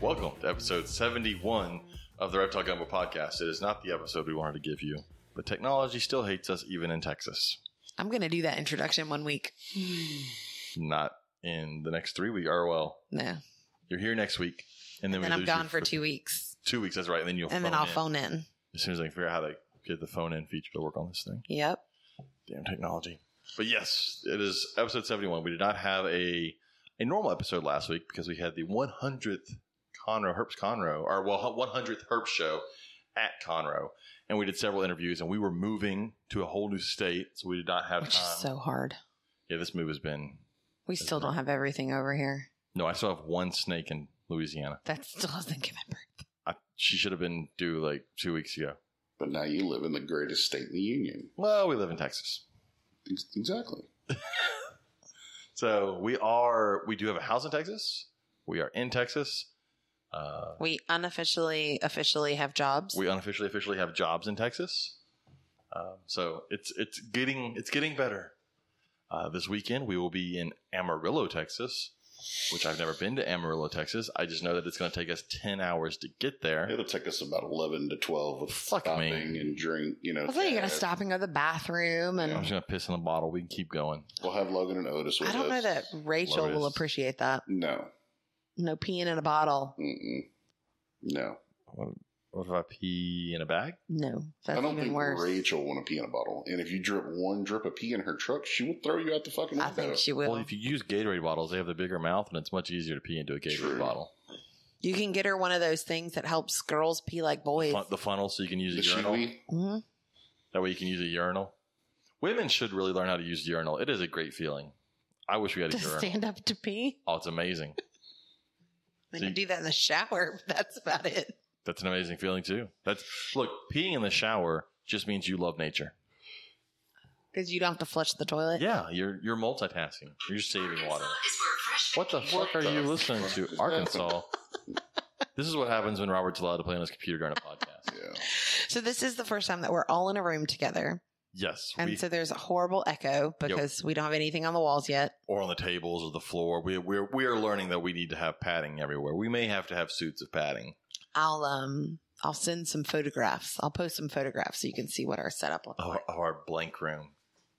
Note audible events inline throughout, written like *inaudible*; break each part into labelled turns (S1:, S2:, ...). S1: Welcome to episode 71 of the Reptile Gumbo podcast. It is not the episode we wanted to give you, but technology still hates us even in Texas.
S2: I'm going to do that introduction one week.
S1: Hmm. Not in the next three weeks. Or, well,
S2: No.
S1: you're here next week. And then,
S2: then
S1: we
S2: I'm
S1: lose you
S2: gone for two weeks.
S1: Two weeks, that's right. And then you'll
S2: And then
S1: phone
S2: I'll
S1: in.
S2: phone in.
S1: As soon as I can figure out how to get the phone in feature to work on this thing.
S2: Yep.
S1: Damn technology. But yes, it is episode 71. We did not have a a normal episode last week because we had the 100th Conroe, Herps Conroe, or well, 100th Herps show at Conroe. And we did several interviews and we were moving to a whole new state. So we did not have
S2: Which
S1: time.
S2: is so hard.
S1: yeah, this move has been.
S2: We still don't have everything over here.
S1: No, I still have one snake in Louisiana.
S2: That still doesn't give it.
S1: I, she should have been due like two weeks ago.
S3: But now you live in the greatest state in the union.
S1: Well, we live in Texas.
S3: Ex- Exactly.
S1: So we are, we do have a house in Texas. We are in Texas. Uh,
S2: We unofficially, officially have jobs.
S1: we unofficially officially have jobs in Texas. Um, so it's it's getting it's getting better. Uh, this weekend we will be in Amarillo, Texas, which I've never been to Amarillo, Texas. I just know that it's going to take us ten hours to get there.
S3: It'll take us about 11 to 12 with
S1: Fuck me.
S3: stopping and drink, you know.
S2: I thought you were going
S3: gas.
S2: to stop and go to the bathroom. And
S1: I'm just going to piss in a bottle. We can keep going.
S3: We'll have Logan and Otis with
S2: I don't know
S3: us.
S2: that Rachel will
S1: Lotus.
S2: appreciate that.
S3: No.
S2: No peeing in a bottle.
S3: Mm-mm. No.
S1: What, what if I pee in a bag?
S2: No. That's
S3: I don't
S2: even
S3: think
S2: worse.
S3: Rachel want to pee in a bottle. And if you drip one drip of pee in her truck, she will throw you out the fucking
S2: I
S3: window.
S2: think she will.
S1: Well, if you use Gatorade bottles, they have the bigger mouth, and it's much easier to pee into a Gatorade
S3: True.
S1: bottle.
S2: you can get her one of those things that helps girls pee like boys.
S1: Fun, the funnel, so you can use
S3: The
S1: a urinal.
S3: shiwi?
S2: hmm
S1: That way you can use a urinal. Women should really learn how to use urinal. It is a great feeling. I wish we had a
S2: To
S1: urinal.
S2: stand up to pee.
S1: Oh, it's amazing.
S2: I
S1: See-
S2: mean, I do that in the shower. *laughs* But that's about it.
S1: That's an amazing feeling too. That's look, peeing in the shower just means you love nature.
S2: Because you don't have to flush the toilet.
S1: Yeah, you're you're multitasking. You're saving water. What the fuck are
S3: the
S1: you listening
S3: fuck
S2: *laughs*
S1: to?
S3: is
S1: Arkansas. This is what happens when Robert's allowed to play on his computer during a podcast.
S3: Yeah.
S2: So this is the first time that we're all in a room together,
S1: Yes,
S2: and
S1: we,
S2: so there's a horrible echo because we don't have anything on the walls yet.
S1: or on the tables or the floor. We we're we are learning that we need to have padding everywhere. We may have to have suits of padding.
S2: I'll um I'll send some photographs. I'll post some photographs so you can see what our setup looks
S1: of,
S2: like.
S1: of our blank room.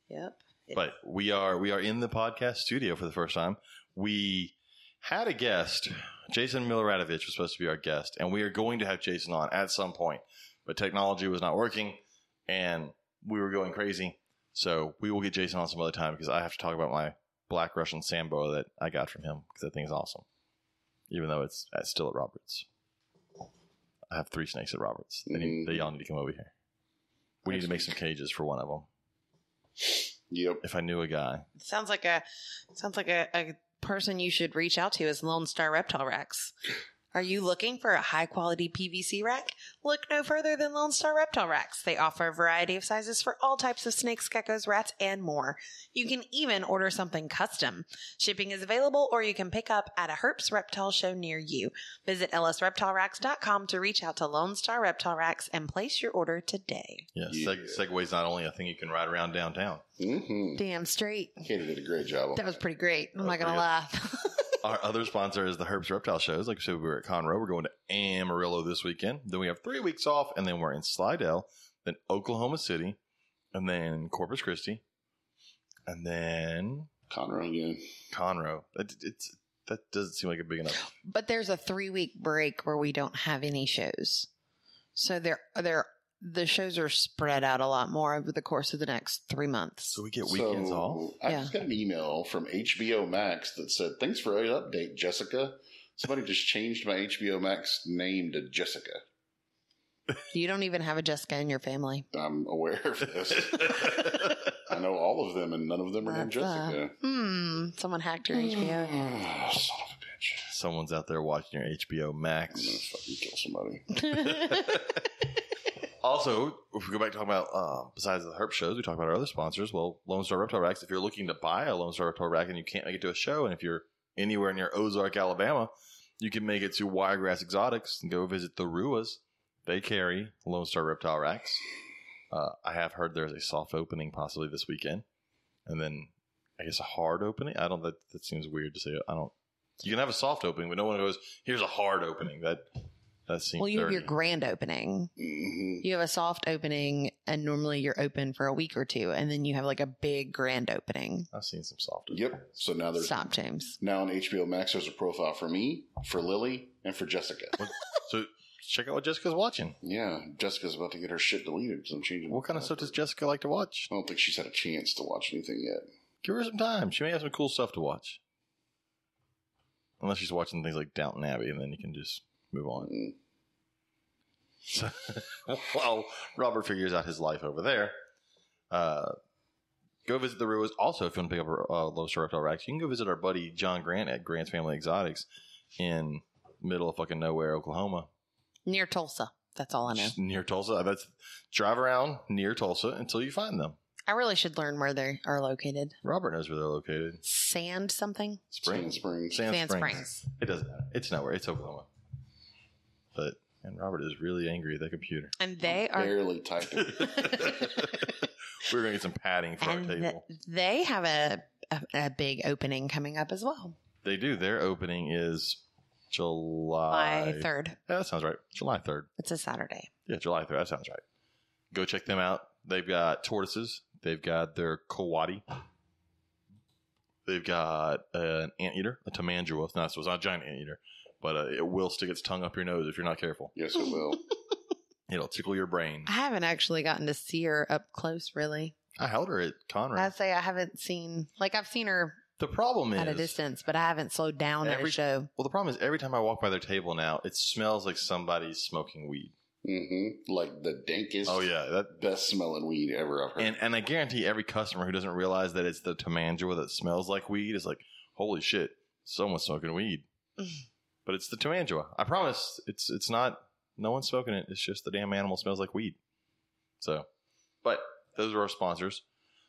S2: Yep.
S1: But we are we are in the podcast studio for the first time. We had a guest, Jason Miloradovich was supposed to be our guest, and we are going to have Jason on at some point. But technology was not working, and we were going crazy. So we will get Jason on some other time because I have to talk about my Black Russian Sambo that I got from him because that thing's awesome. Even though it's, it's still at Roberts, I have three snakes at Roberts. They, need, they all need to come over here. We need to make some cages for one of them
S3: Yep.
S1: if I knew a guy.
S2: It sounds like a sounds like a, a person you should reach out to is Lone Star Reptile Racks. Are you looking for a high quality PVC rack? Look no further than Lone Star Reptile Racks. They offer a variety of sizes for all types of snakes, geckos, rats, and more. You can even order something custom. Shipping is available or you can pick up at a Herps Reptile Show near you. Visit lsreptileracks.com to reach out to Lone Star Reptile Racks and place your order today.
S1: Yeah,
S3: Yeah.
S1: Seg- Segway's not only a thing you can ride around downtown.
S3: Mm-hmm.
S2: Damn straight.
S3: Katie did a great job on
S2: That was pretty great. I'm not going
S1: That
S2: to lie. *laughs*
S1: Our other sponsor is the Herbs Reptile Shows. Like I said, we were at Conroe. We're going to Amarillo this weekend. Then we have three weeks off, and then we're in Slidell, then Oklahoma City, and then Corpus Christi, and then
S3: Conroe again.
S1: Conroe. That, it's, that doesn't seem like a big enough.
S2: but there's a three week break where we don't have any shows so they're they're the shows are spread out a lot more over the course of the next three months
S1: So we get weekends
S3: So,
S1: off.
S3: *laughs*
S1: *laughs*
S3: I
S2: Yeah.
S3: just got an email from HBO Max that said, "Thanks for an update, Jessica." Somebody just changed my HBO Max name to Jessica.
S2: you don't even have a jessica in your family
S3: I'm aware of this. I know all of them, and none of them are named
S2: That's, uh,
S3: Jessica. Ah,
S2: hmm someone hacked your hbo
S3: Son of a bitch!
S1: Someone's out there watching your HBO
S3: I'm gonna
S1: Max.
S3: fucking kill somebody.
S1: *laughs* also, if we go back to talking about uh, besides the herp shows, we talk about our other sponsors. Well, Lone Star Reptile Racks. If you're looking to buy a Lone Star Reptile Rack and you can't make it to a show, and if you're anywhere near Ozark, Alabama, You can make it to Wiregrass Exotics and go visit the Ruas. They carry Lone Star Reptile Racks. Uh, I have heard there's a soft opening possibly this weekend, and then I guess a hard opening. I don't. That, that seems weird to say. I don't. You can have a soft opening, but no one goes. Here's a hard opening. That that seems.
S2: *laughs* Well, you have your
S1: dirty.
S2: grand opening.
S3: hmm
S2: You have a soft opening, and normally you're open for a week or two, and then you have like a big grand opening.
S1: I've seen some soft.
S3: Yep. So now there's
S2: Stop, James.
S3: now on HBO Max there's a profile for me, for Lily, and for Jessica.
S1: So check out what Jessica's watching.
S3: yeah, Jessica's about to get her shit deleted because I'm changing.
S1: What kind of stuff does Jessica like to watch?
S3: I don't think she's had a chance to watch anything yet.
S1: Give her some time. She may have some cool stuff to watch. Unless she's watching things like Downton Abbey, and then you can just move on.
S3: Mm.
S1: So, *laughs* while Robert figures out his life over there, uh, go visit the Ruas. Also, if you want to pick up uh, Low Star Reptile Racks, you can go visit our buddy John Grant at Grant's Family Exotics in middle of fucking nowhere, Oklahoma,
S2: Near Tulsa. That's all I know.
S1: Just near Tulsa. That's drive around near Tulsa until you find them.
S2: I really should learn where they are located.
S1: Robert knows where they're located.
S2: Sand something?
S3: Spring, spring.
S1: Sand,
S2: Sand
S1: Springs.
S2: Springs.
S1: It doesn't matter. It's nowhere. It's Oklahoma. But and Robert is really angry at that computer.
S2: And they are.
S3: barely typing.
S1: We're gonna get some padding for
S2: And
S1: our
S2: th-
S1: table.
S2: they have a, a, a big opening coming up as well.
S1: they do. Their opening is July.
S2: July 3rd.
S1: Yeah, that sounds right. July third.
S2: It's a Saturday.
S1: Yeah, July third. That sounds right. Go check them out. They've got tortoises. They've got their kawadi. They've got uh, an anteater, a tamandua. It's not, so it's not a giant anteater, but uh, it will stick its tongue up your nose if you're not careful.
S3: yes,
S2: *laughs*
S3: it will.
S1: It'll tickle your brain.
S2: I haven't actually gotten to see her up close, really.
S1: I held her at Conrad.
S2: I'd say I haven't seen, like, I've seen her
S1: The problem
S2: at a
S1: is,
S2: distance, but I haven't slowed down at
S1: Every-
S2: a show.
S1: well, the problem is every time I walk by their table now, it smells like somebody's smoking weed.
S3: hmm Like the dankest,
S1: Oh yeah, that
S3: best smelling weed ever I've heard.
S1: and and I guarantee every customer who doesn't realize that it's the tamandua that smells like weed is like, holy shit, someone's smoking weed. but it's the tamandua. I promise, it's it's not. No one's smoking it. It's just the damn animal smells like weed. So, but those are our sponsors.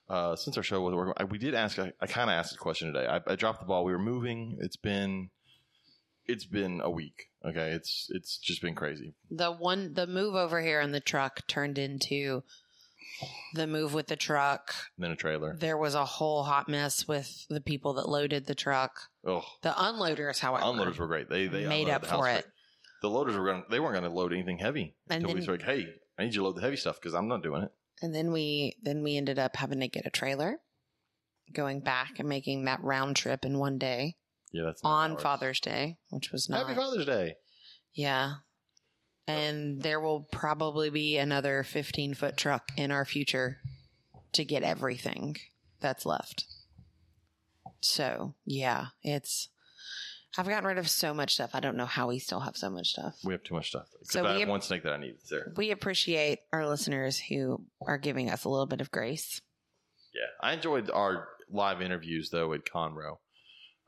S1: Uh, since our show was working, I, we did ask. I, I kind of asked a question today. I, I dropped the ball. We were moving. It's been, it's been a week. Okay, it's it's just been crazy.
S2: The one, the move over here in the truck turned into the move with the truck.
S1: And then a trailer.
S2: There was a whole hot mess with the people that loaded the truck.
S1: Oh,
S2: The unloaders, however,
S1: unloaders were great. They they
S2: made
S1: unloaded
S2: up
S1: the
S2: for
S1: house
S2: it.
S1: great. The loaders were going. They weren't going to load anything heavy.
S2: And
S1: until we
S2: then-
S1: were like, hey, I need you to load the heavy stuff because I'm not doing it.
S2: And then we then we ended up having to get a trailer, going back and making that round trip in one day
S1: Yeah, that's not
S2: on
S1: ours.
S2: Father's Day, which was not
S1: Happy Father's Day.
S2: yeah. And there will probably be another fifteen foot truck in our future to get everything that's left. So yeah, it's I've gotten rid of so much stuff. I don't know how we still have so much stuff.
S1: We have too much stuff. Except
S2: So
S1: I
S2: we
S1: have
S2: have-
S1: one snake that I need. It's there.
S2: We appreciate our listeners who are giving us a little bit of grace.
S1: Yeah, I enjoyed our live interviews though at Conroe.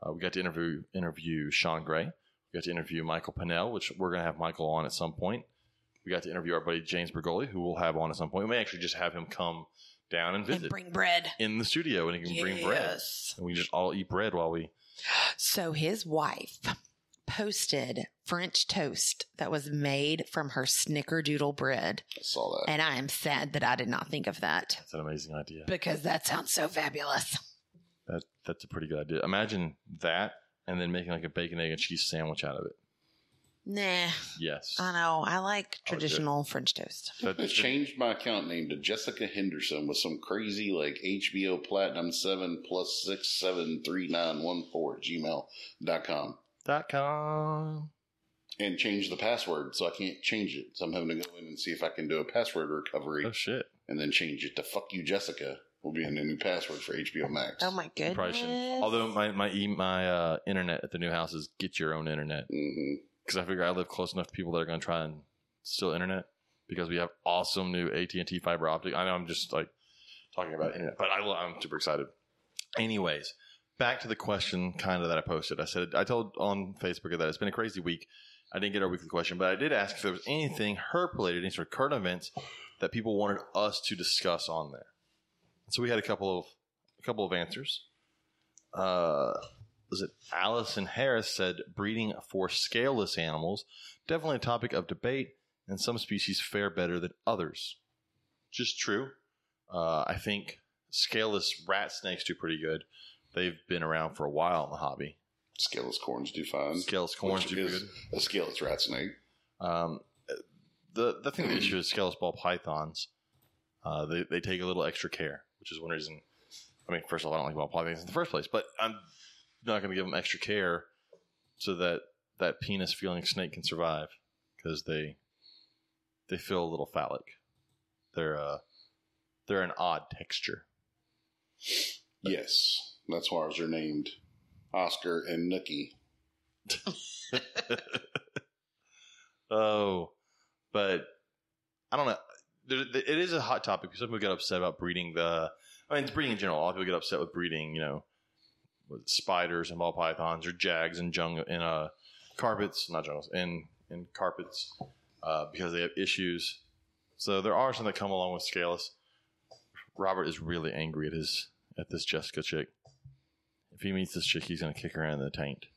S1: Uh, we got to interview interview Sean Gray. We got to interview Michael Pinnell, which we're going to have Michael on at some point. We got to interview our buddy James Bergoli, who we'll have on at some point. We may actually just have him come down and visit
S2: And bring bread.
S1: in the studio, and he can bring bread.
S2: Yes.
S1: And we can just all eat bread while we
S2: So his wife posted French toast that was made from her snickerdoodle bread.
S3: I saw that.
S2: And I am sad that I did not think of that
S1: That's an amazing idea.
S2: because that sounds so fabulous.
S1: That that's a pretty good idea. Imagine that, and then making like a bacon, egg, and cheese sandwich out of it.
S2: Nah,
S1: Yes,
S2: I know. I
S1: I would
S2: like
S1: do it.
S2: traditional French toast.
S3: *laughs*
S1: That-
S3: I changed my account name to Jessica Henderson with some crazy like HBO Platinum seven plus six seven three nine one four at gmail.com
S1: dot com.
S3: and changed the password so I can't change it. So I'm having to go in and see if I can do a password recovery
S1: Oh shit!
S3: and then change it to fuck you Jessica will be a new password for HBO Max.
S2: Oh my
S1: You probably
S2: goodness.
S1: shouldn't. Although my my e- my uh, internet at the new house is get your own internet
S3: hmm
S1: because I figure I live close enough to people that are going to try and steal internet because we have awesome new AT and T fiber optic. I know I'm just like talking about internet, but I, lo- I'm super excited. Anyways, back to the question kind of that I posted. I said I told on Facebook that it's been a crazy week. I didn't get our weekly question, but I did ask if there was anything herp related, any sort of current events that people wanted us to discuss on there. So we had a couple of a couple of answers. Uh, was it Allison Harris said breeding for scaleless animals definitely a topic of debate, and some species fare better than others. Just true. Uh, I think scaleless rat snakes do pretty good. They've been around for a while in the hobby.
S3: Scaleless corns do fine.
S1: Scaleless corns
S3: Um, Which
S1: do pretty
S3: is
S1: good.
S3: A scaleless rat snake.
S1: Um, the the thing the issue is scaleless ball pythons. Uh, they they take a little extra care, which is one reason. I mean, first of all, I don't like ball pythons in the first place, but I'm not going to give them extra care so that that penis feeling snake can survive because they they feel a little phallic. They're uh they're an odd texture.
S3: Yes, that's why they're named Oscar and Nookie.
S1: *laughs* Oh, but I don't know. There, there- it is a hot topic. Some people get upset about breeding the. I mean, it's breeding in general. A lot of people get upset with breeding. You know, with spiders and ball pythons or jags and jungle in uh carpets, not jungles, in in carpets uh, because they have issues. So there are some that come along with scaleless. Robert is really angry at his at this Jessica chick. If he meets this chick, he's gonna kick her in the taint.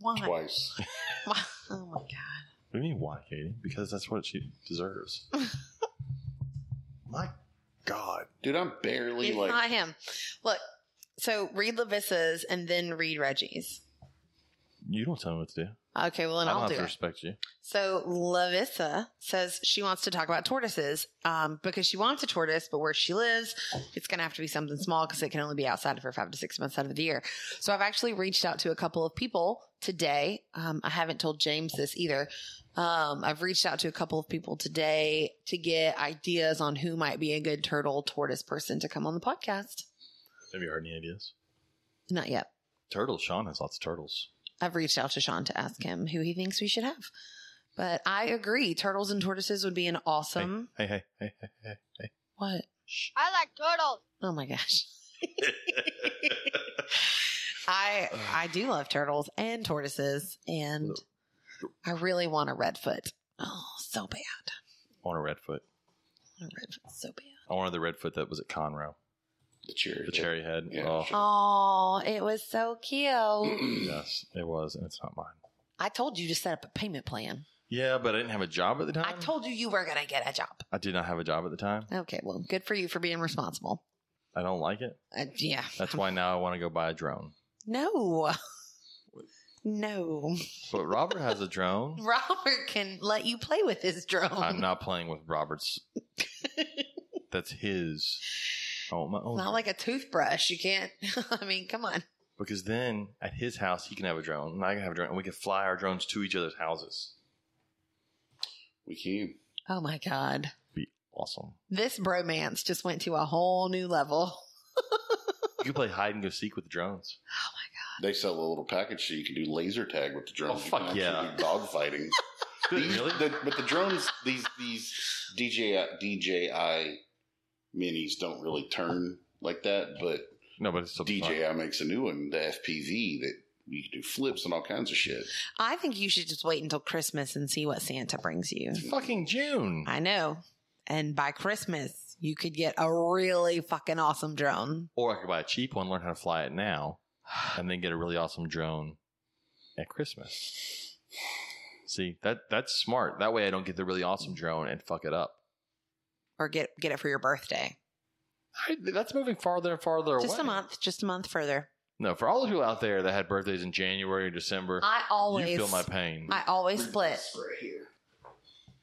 S2: Why?
S3: Twice.
S2: Why? *laughs* Oh my god.
S1: What do you mean, why, Katie? Because that's what she
S2: *laughs*
S1: deserves. My God.
S3: Dude, I'm barely
S2: It's
S3: like.
S2: not him. Look, so read Lavissa's and then read Reggie's.
S1: You don't tell me what to do.
S2: Okay, well then
S1: I don't
S2: I'll
S1: have
S2: do
S1: to
S2: it.
S1: respect you.
S2: So Lavissa says she wants to talk about tortoises um, because she wants a tortoise, but where she lives, it's going to have to be something small because it can only be outside of her five to six months out of the year. So I've actually reached out to a couple of people today. Um, I haven't told James this either. Um, I've reached out to a couple of people today to get ideas on who might be a good turtle tortoise person to come on the podcast.
S1: Have you heard any ideas?
S2: Not yet.
S1: Turtles. Sean has lots of turtles.
S2: I've reached out to Sean to ask him who he thinks we should have. But I agree, turtles and tortoises would be an awesome.
S1: Hey, hey, hey,
S2: *laughs*
S1: hey, hey.
S2: What?
S4: I like turtles.
S2: Oh my gosh. I I do love turtles and tortoises and I really want a redfoot. Oh, so bad.
S1: I want a redfoot.
S2: A redfoot so bad.
S1: I wanted the redfoot that was at Conroe.
S3: The cherry.
S1: The cherry head.
S3: Yeah.
S1: Oh,
S2: Oh, it was so cute.
S1: yes, it was, and it's not mine.
S2: *clears throat* I told you to set up a payment plan.
S1: Yeah, but I didn't have a job at the time.
S2: I told you you were going to get a job.
S1: I did not have a job at the time.
S2: Um. Okay, well, good for you for being responsible.
S1: I don't like it.
S2: Uh, yeah. *laughs*
S1: That's why now I want to go buy a drone.
S2: No. No.
S1: But Robert has a drone.
S2: *laughs* Robert can let you play with his drone.
S1: I'm not playing with
S2: *laughs*
S1: Robert's. That's his. I want my oh, own.
S2: It's not like a toothbrush. You can't. *laughs* I mean, come on.
S1: because then at his house he can have a drone and I can have a drone and we can fly our drones to each other's houses.
S3: *clears throat* We can.
S2: Oh my God.
S1: Awesome.
S2: This bromance just went to a whole new level.
S1: You can play hide and go seek with the *laughs* drones.
S3: They sell a little package so you can do laser tag with the drone.
S1: Oh, fuck yeah.
S3: Dog
S1: *laughs*
S3: fighting.
S1: really?
S3: but the drones, these these DJI, DJI minis don't really turn like that, but
S1: No, but it's still fun.
S3: DJI makes a new one, the FPV, that you can do flips and all kinds of shit.
S2: I think you should just wait until Christmas and see what Santa brings you.
S1: It's fucking June.
S2: I know. And by Christmas, you could get a really fucking awesome drone.
S1: Or I could buy a cheap one, learn how to fly it
S2: *sighs*
S1: now, and then get a really awesome drone at Christmas. See, that that's smart. That way I don't get the really awesome drone and fuck it up.
S2: Or get get it for your birthday.
S1: I, that's moving farther and farther away.
S2: Just a month, just a month further.
S1: No, for all the people out there that had birthdays in January or December,
S2: I always
S1: you feel my pain.
S2: I always split.
S3: Right here.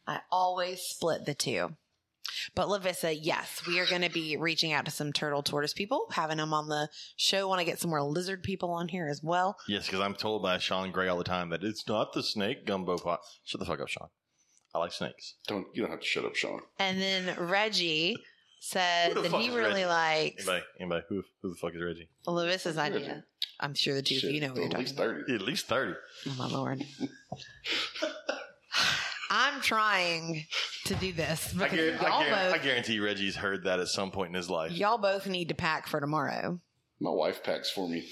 S2: I always split the two. But Lavissa, yes, we are going to be reaching out to some turtle tortoise people, having them on the show. Want to get some more lizard people on here as well.
S1: Yes, because I'm told by Sean Gray all the time that it's not the snake gumbo pot. Shut the fuck up, Sean. I like snakes.
S3: Don't you don't have to shut up, Sean.
S2: And then Reggie said
S1: Who the
S2: that
S1: fuck
S2: he
S1: is
S2: really
S1: Reggie?
S2: likes
S1: Anybody, anybody, who, who the fuck is Reggie?
S2: Lavissa's
S3: Reggie?
S2: idea. I'm sure the two of
S3: Shit,
S2: you know what you're
S3: at
S2: talking
S3: least
S2: about.
S3: thirty.
S1: At least 30.
S2: Oh, my Lord. *sighs* I'm trying to do this
S1: I,
S2: because
S1: guar- I
S2: y'all,
S1: guar- I
S2: both,
S1: guarantee Reggie's heard that at some point in his life.
S2: y'all both need to pack for tomorrow.
S3: My wife packs for me.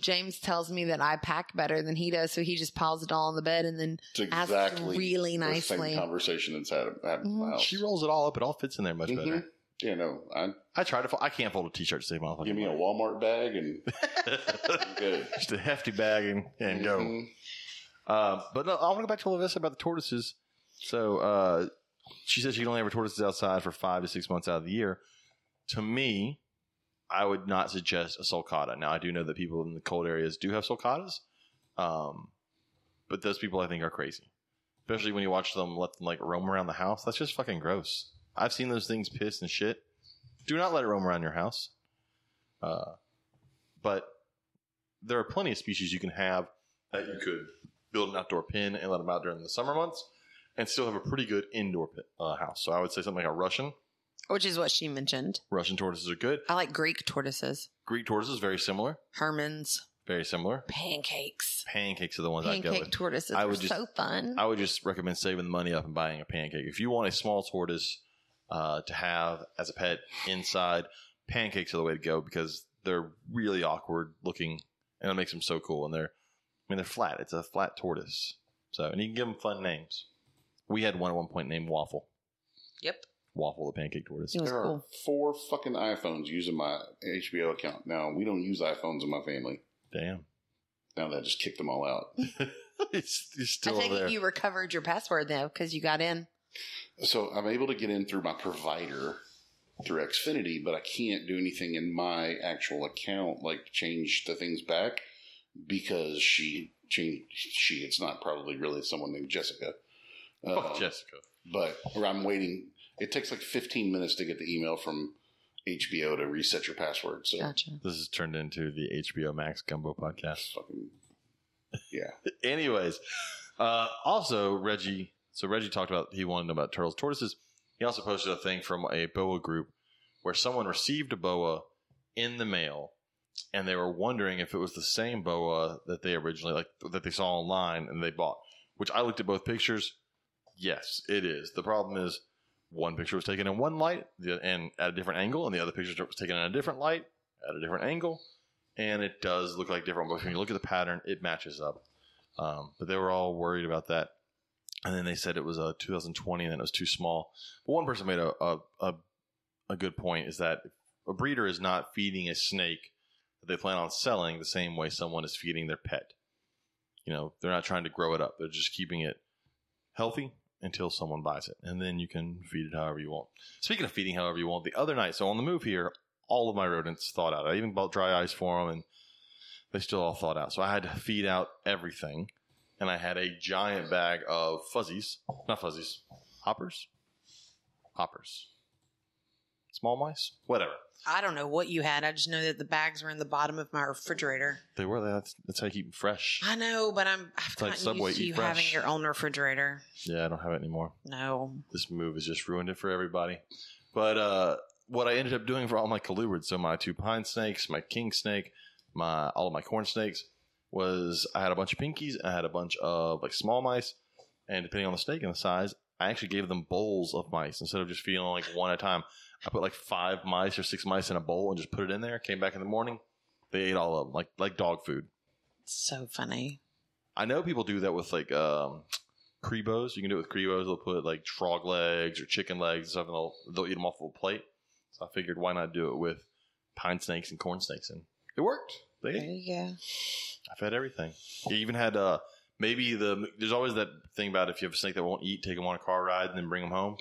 S2: James tells me that I pack better than he does, so he just piles it all on the bed and then
S3: It's
S2: Asked
S3: exactly
S2: really
S3: the
S2: nicely.
S3: same conversation that's had happened in my
S2: Mhm.
S1: Oh,
S3: house.
S1: She rolls it all up. It all fits in there much
S2: Mm-hmm.
S3: Mhm.
S1: better.
S3: You know, I
S1: I try to. Fold, I can't fold a t-shirt to save my motherfucking
S3: give me a
S1: life.
S3: Walmart bag and I'm good.
S1: *laughs* Just a hefty bag and, and go.
S2: Mm-hmm.
S3: Mhm.
S1: Uh, but no, I want to go back to Larissa about the tortoises. So uh, she said she can only have her tortoises outside for five to six months out of the year. To me, I would not suggest a sulcata. Now, I do know that people in the cold areas do have sulcatas, um, but those people I think are crazy. Especially when you watch them let them like roam around the house. That's just fucking gross. I've seen those things piss and shit. Do not let it roam around your house. Uh, but there are plenty of species you can have that you could build an outdoor pen and let them out during the summer months and still have a pretty good indoor pen, uh, house. So I would say something like a Russian.
S2: Which is what she mentioned.
S1: Russian tortoises are good.
S2: I like Greek tortoises,
S1: Greek tortoises, very similar.
S2: Herman's,
S1: Very similar.
S2: pancakes.
S1: Pancakes are the ones I'd go
S2: Pancake
S1: with.
S2: tortoises
S1: I
S2: are
S1: would just-
S2: so fun.
S1: I would just recommend saving the money up and buying a pancake. If you want a small tortoise uh, to have as a pet inside, pancakes are the way to go because they're really awkward looking and it makes them so cool. And they're, I mean, they're flat. It's a flat tortoise. So, and you can give them fun names. We had one at one point named Waffle.
S2: yep.
S1: Waffle the pancake tortoise.
S2: It was
S3: There are
S2: cool.
S3: four fucking iPhones using my HBO account. Now, we don't use iPhones in my family.
S1: *laughs* Damn.
S3: Now that I just kicked them all out.
S1: it's, it's
S2: I
S1: still
S2: think
S1: there.
S2: you recovered your password though because you got in.
S3: So I'm able to get in through my provider through Xfinity, but I can't do anything in my actual account, like to change the things back because she changed. She, it's not probably really someone named Jessica.
S1: Fuck
S3: Uh,
S1: Oh, Jessica.
S3: but or I'm waiting. It takes like 15 minutes to get the email from HBO to reset your password. So
S2: Gotcha.
S1: This has turned into the HBO Max Gumbo podcast.
S3: fucking
S1: *laughs* Anyways, uh, also Reggie. So Reggie talked about he wanted to know about turtles, tortoises. He also posted a thing from a boa group where someone received a boa in the mail, and they were wondering if it was the same boa that they originally like that they saw online and they bought. Which I looked at both pictures. Yes, it is. The problem is one picture was taken in one light the- and at a different angle, and the other picture was taken in a different light at a different angle, and it does look like different. But when you look at the pattern, it matches up. Um, but they were all worried about that. And then they said it was a 2020 and it was too small. But one person made a, a, a, a good point is that a breeder is not feeding a snake that they plan on selling the same way someone is feeding their pet. You know, they're not trying to grow it up, they're just keeping it healthy until someone buys it. And then you can feed it however you want. Speaking of feeding however you want, the other night, so on the move here, all of my rodents thawed out. I even bought dry ice for them and they still all thawed out. So I had to feed out everything, and I had a giant bag of fuzzies, not fuzzies, hoppers, hoppers, small mice, whatever.
S2: I don't know what you had. I just know that the bags were in the bottom of my refrigerator.
S1: They were that's that's how you keep them
S2: *gasps*
S1: fresh.
S2: I know, but I'm I've
S1: like
S2: gotten
S1: Subway,
S2: used to
S1: eat
S2: you
S1: fresh.
S2: having your own refrigerator.
S1: Yeah, I don't have it anymore.
S2: No,
S1: This move has just ruined it for everybody. But uh, what I ended up doing for all my colubrids, so my two pine snakes, my king snake, my all of my corn snakes, was I had a bunch of pinkies and I had a bunch of like small mice, and depending on the snake and the size, I actually gave them bowls of mice instead of just feeding like one at a time. I put like five mice or six mice in a bowl and just put it in there. Came back in the morning, they ate all of them like like dog food.
S2: it's so funny.
S1: I know people do that with like um Kribos. You can do it with Kribos. They'll put like frog legs or chicken legs and stuff, and they'll, they'll eat them off of a plate. So I figured, why not do it with pine snakes and corn snakes? And it worked. They
S2: There you go.
S1: I've had everything. You even had uh maybe the there's always that thing about if you have a snake that won't eat, take them on a car ride and then bring them home.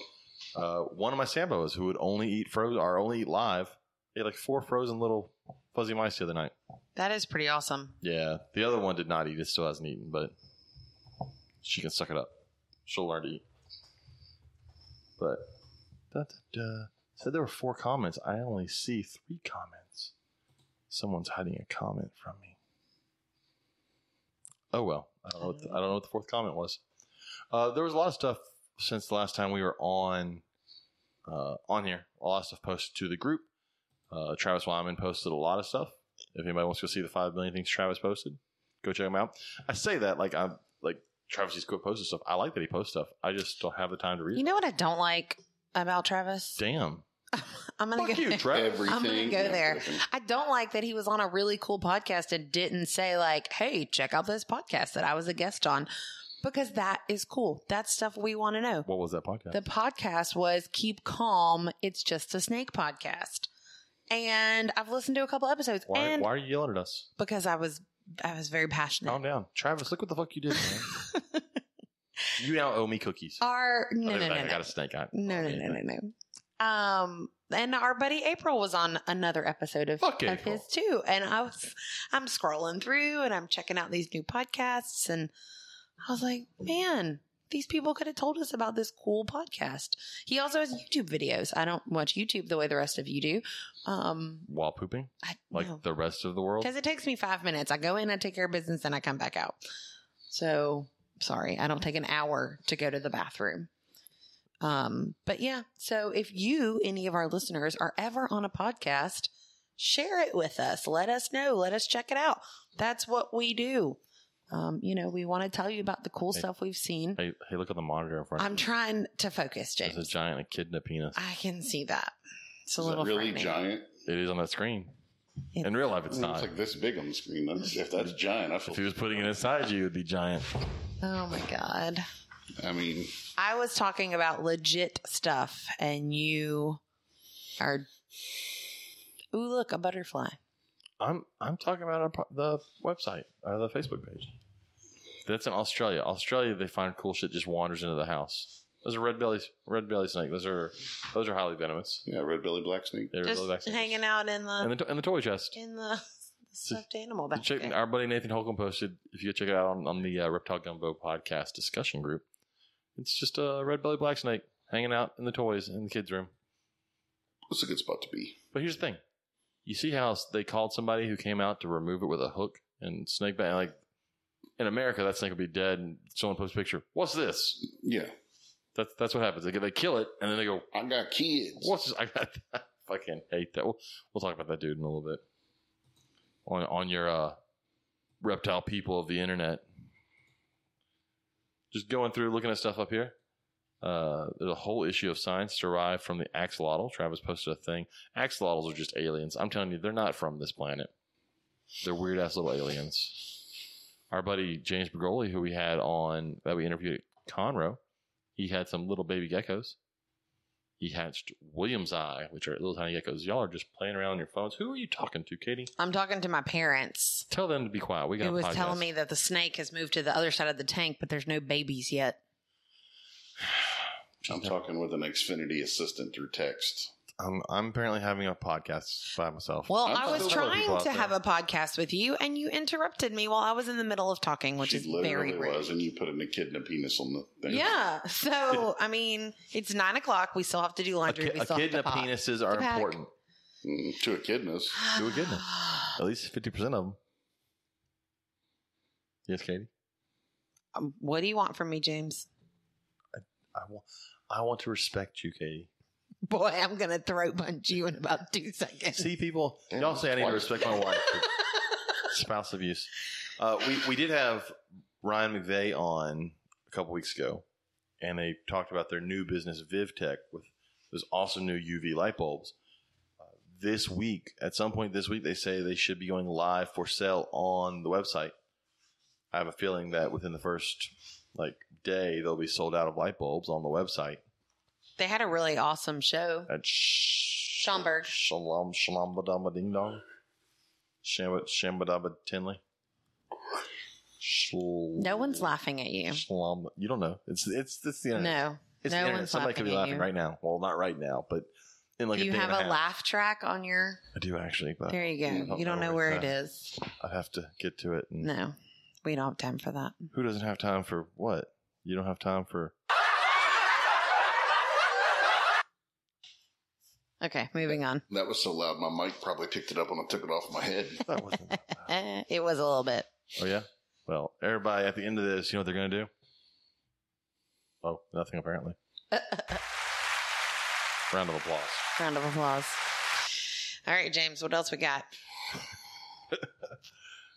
S1: Uh, one of my sambos who would only eat frozen or only eat live, ate like four frozen little fuzzy mice the other night.
S2: That is pretty awesome.
S1: Yeah, the other one did not eat. It still hasn't eaten, but she can suck it up. She'll learn to eat. But da, da, da. said there were four comments. I only see three comments. Someone's hiding a comment from me. Oh well, I don't know. What the, I don't know what the fourth comment was. Uh, there was a lot of stuff since the last time we were on uh, on here. A lot of stuff posted to the group. Uh, Travis Wyman posted a lot of stuff. If anybody wants to go see the five million things Travis posted, go check him out. I say that like I'm like Travis has quit posting stuff. I like that he posts stuff. I just don't have the time to read.
S2: You know what I don't like about Travis?
S1: it. Damn,
S2: I'm gonna
S1: fuck
S2: go. *laughs*
S1: you, Travis.
S3: everything.
S2: go
S3: yeah,
S2: there.
S3: everything.
S2: I don't like that he was on a really cool podcast and didn't say like, "Hey, check out this podcast that I was a guest on." because that is cool. That's stuff we want to know.
S1: What was that podcast?
S2: The podcast was Keep Calm, It's Just a Snake podcast. And I've listened to a couple episodes
S1: why,
S2: and
S1: why are you yelling at us?
S2: because I was I was very passionate.
S1: Calm down, Travis. Look what the fuck you did, man.
S2: *laughs*
S1: you now owe me cookies.
S2: Our
S1: Oh,
S2: no
S1: never
S2: no no
S1: mind, I
S2: no.
S1: got a snake eye.
S2: No, no,
S1: Okay,
S2: no,
S1: but-
S2: no, no. Um, and our buddy April was on another episode of,
S1: Fuck
S2: of
S1: April.
S2: his too. And I was, I'm scrolling through and I'm checking out these new podcasts, and I was like, man, these people could have told us about this cool podcast. He also has YouTube videos. I don't watch YouTube the way the rest of you do. Um,
S1: While pooping,
S2: I
S1: like the rest of the world.
S2: because it takes me five minutes. I go in, I take care of business, and I come back out. So sorry, I don't take an hour to go to the bathroom. Um, but yeah, so if you, any of our listeners, are ever on a podcast, share it with us. Let us know. Let us check it out. That's what we do. Um, you know, we want to tell you about the cool
S1: Hey.
S2: stuff we've seen.
S1: Hey, hey, look at the monitor in front. of
S2: I'm
S1: you.
S2: trying to focus,
S1: There's a
S2: James.
S1: giant echidna penis.
S2: I can see that. It's a
S3: Is
S2: little
S3: it really
S2: frightening.
S3: giant?
S1: It is on that screen.
S2: It-
S1: In real life, it's
S3: It's
S1: not.
S3: like this big on the screen. That's, if that's giant, I feel.
S1: if he was putting it inside you, it'd be giant.
S2: Oh my god.
S3: I mean,
S2: I was talking about legit stuff, and you are. Ooh, look, a butterfly.
S1: I'm I'm talking about our, pro- the website or the Facebook page. That's in Australia. Australia, they find cool shit just wanders into the house. Those are red belly red belly snake. Those are those are highly venomous.
S3: yeah, red belly black snake.
S1: They're
S2: Just
S1: really vaccinators.
S2: hanging out in
S1: in
S2: the
S1: the to- in the toy chest.
S2: in the stuffed animal
S1: Check-
S2: basket.
S1: our buddy Nathan Holcomb posted. If you go check it out on, on the uh, Reptile Gumbo podcast discussion group, it's just a red belly black snake hanging out in the toys in the kids' room.
S3: It's a good spot to be.
S1: But here's the thing: you see how they called somebody who came out to remove it with a hook and snake bite. Like in America, that snake would be dead, and someone posts a picture. What's this?
S3: Yeah,
S1: That's that's what happens. They they kill it, and then they go,
S3: I got kids.
S1: "What's this?" I, got, *laughs* I fucking hate that. We'll, we'll talk about that dude in a little bit. On on your uh, reptile people of the internet, just going through looking at stuff up here. Uh, there's a whole issue of science derived from the axolotl. Travis posted a thing. Axolotls are just aliens. I'm telling you, they're not from this planet. They're weird ass little aliens. Our buddy James Bergoli, who we had on that we interviewed at Conroe, he had some little baby geckos. He hatched William's eye, which are little tiny geckos. Y'all are just playing around on your phones. Who are you talking to, Katie?
S2: I'm talking to my parents.
S1: Tell them to be quiet. We got
S2: Who
S1: a
S2: was
S1: podcast.
S2: telling me that the snake has moved to the other side of the tank, but there's no babies yet.
S3: I'm talking with an Xfinity assistant through text.
S1: I'm, Um, I'm apparently having a podcast by myself.
S2: Well,
S3: I'm
S2: I
S3: talking
S2: was
S1: to other people
S2: trying
S1: out
S2: to
S1: there.
S2: have a podcast with you, and you interrupted me while I was in the middle of talking, which
S3: she
S2: is
S3: literally
S2: very rude.
S3: was, and you put an echidna penis on the thing.
S2: Yeah. So I mean, it's nine o'clock. We still have to do laundry.
S1: Echi-
S2: we still have
S1: echidna
S2: to pop.
S1: penises are
S2: The pack.
S1: important.
S3: Mm, two echidnas.
S1: Do a goodness.
S2: *sighs*
S1: At least 50% of them. Yes, Katie?
S2: Um, What do you want from me, James? *laughs*
S1: I want, I want to respect you, Katie.
S2: Boy, I'm gonna throat punch you in about two *laughs* seconds.
S1: See, people,
S3: Damn,
S1: y'all say I need to
S3: twice.
S1: respect my wife. *laughs* spouse abuse. Uh, we, we did have Ryan McVeigh on a couple weeks ago, and they talked about their new business, VivTech, with those awesome new UV light bulbs. Uh, This week, at some point this week, they say they should be going live for sale on the website. I have a feeling that within the first like day, they'll be sold out of light bulbs on the website.
S2: they had a really awesome show.
S1: At Sh-
S2: Schomburg.
S1: Shalom, shalom, badamba ding dong. Shamba, shambadaba Tinley. Shl-
S2: No one's laughing at you.
S1: Shalom. You don't know. It's it's it's the internet.
S2: No,
S1: it's the
S2: no
S1: internet.
S2: one's
S1: Somebody could be
S2: laughing
S1: laughing
S2: at
S1: right now. Well, not right now, but in like
S2: do
S1: a
S2: you
S1: day
S2: have
S1: and
S2: a
S1: a half.
S2: laugh track on your?
S1: I do actually, but
S2: There you
S3: I
S2: go.
S1: don't
S2: You don't
S1: know
S2: know
S1: where
S2: where it
S1: it's
S2: is.
S1: I'd have to get to it. And
S2: No, we don't have time for that.
S1: Who doesn't have time for what? You don't have time for
S2: Okay, moving on.
S3: That was so loud, my mic probably picked it up when I took it off my head.
S2: *laughs*
S1: that wasn't.
S2: Eh, it was a little bit.
S1: oh yeah. Well, everybody at the end of this, you know what they're gonna do? Oh, nothing
S2: *laughs*
S1: apparently. Round of applause.
S2: Round of applause. All right, James. What else we got?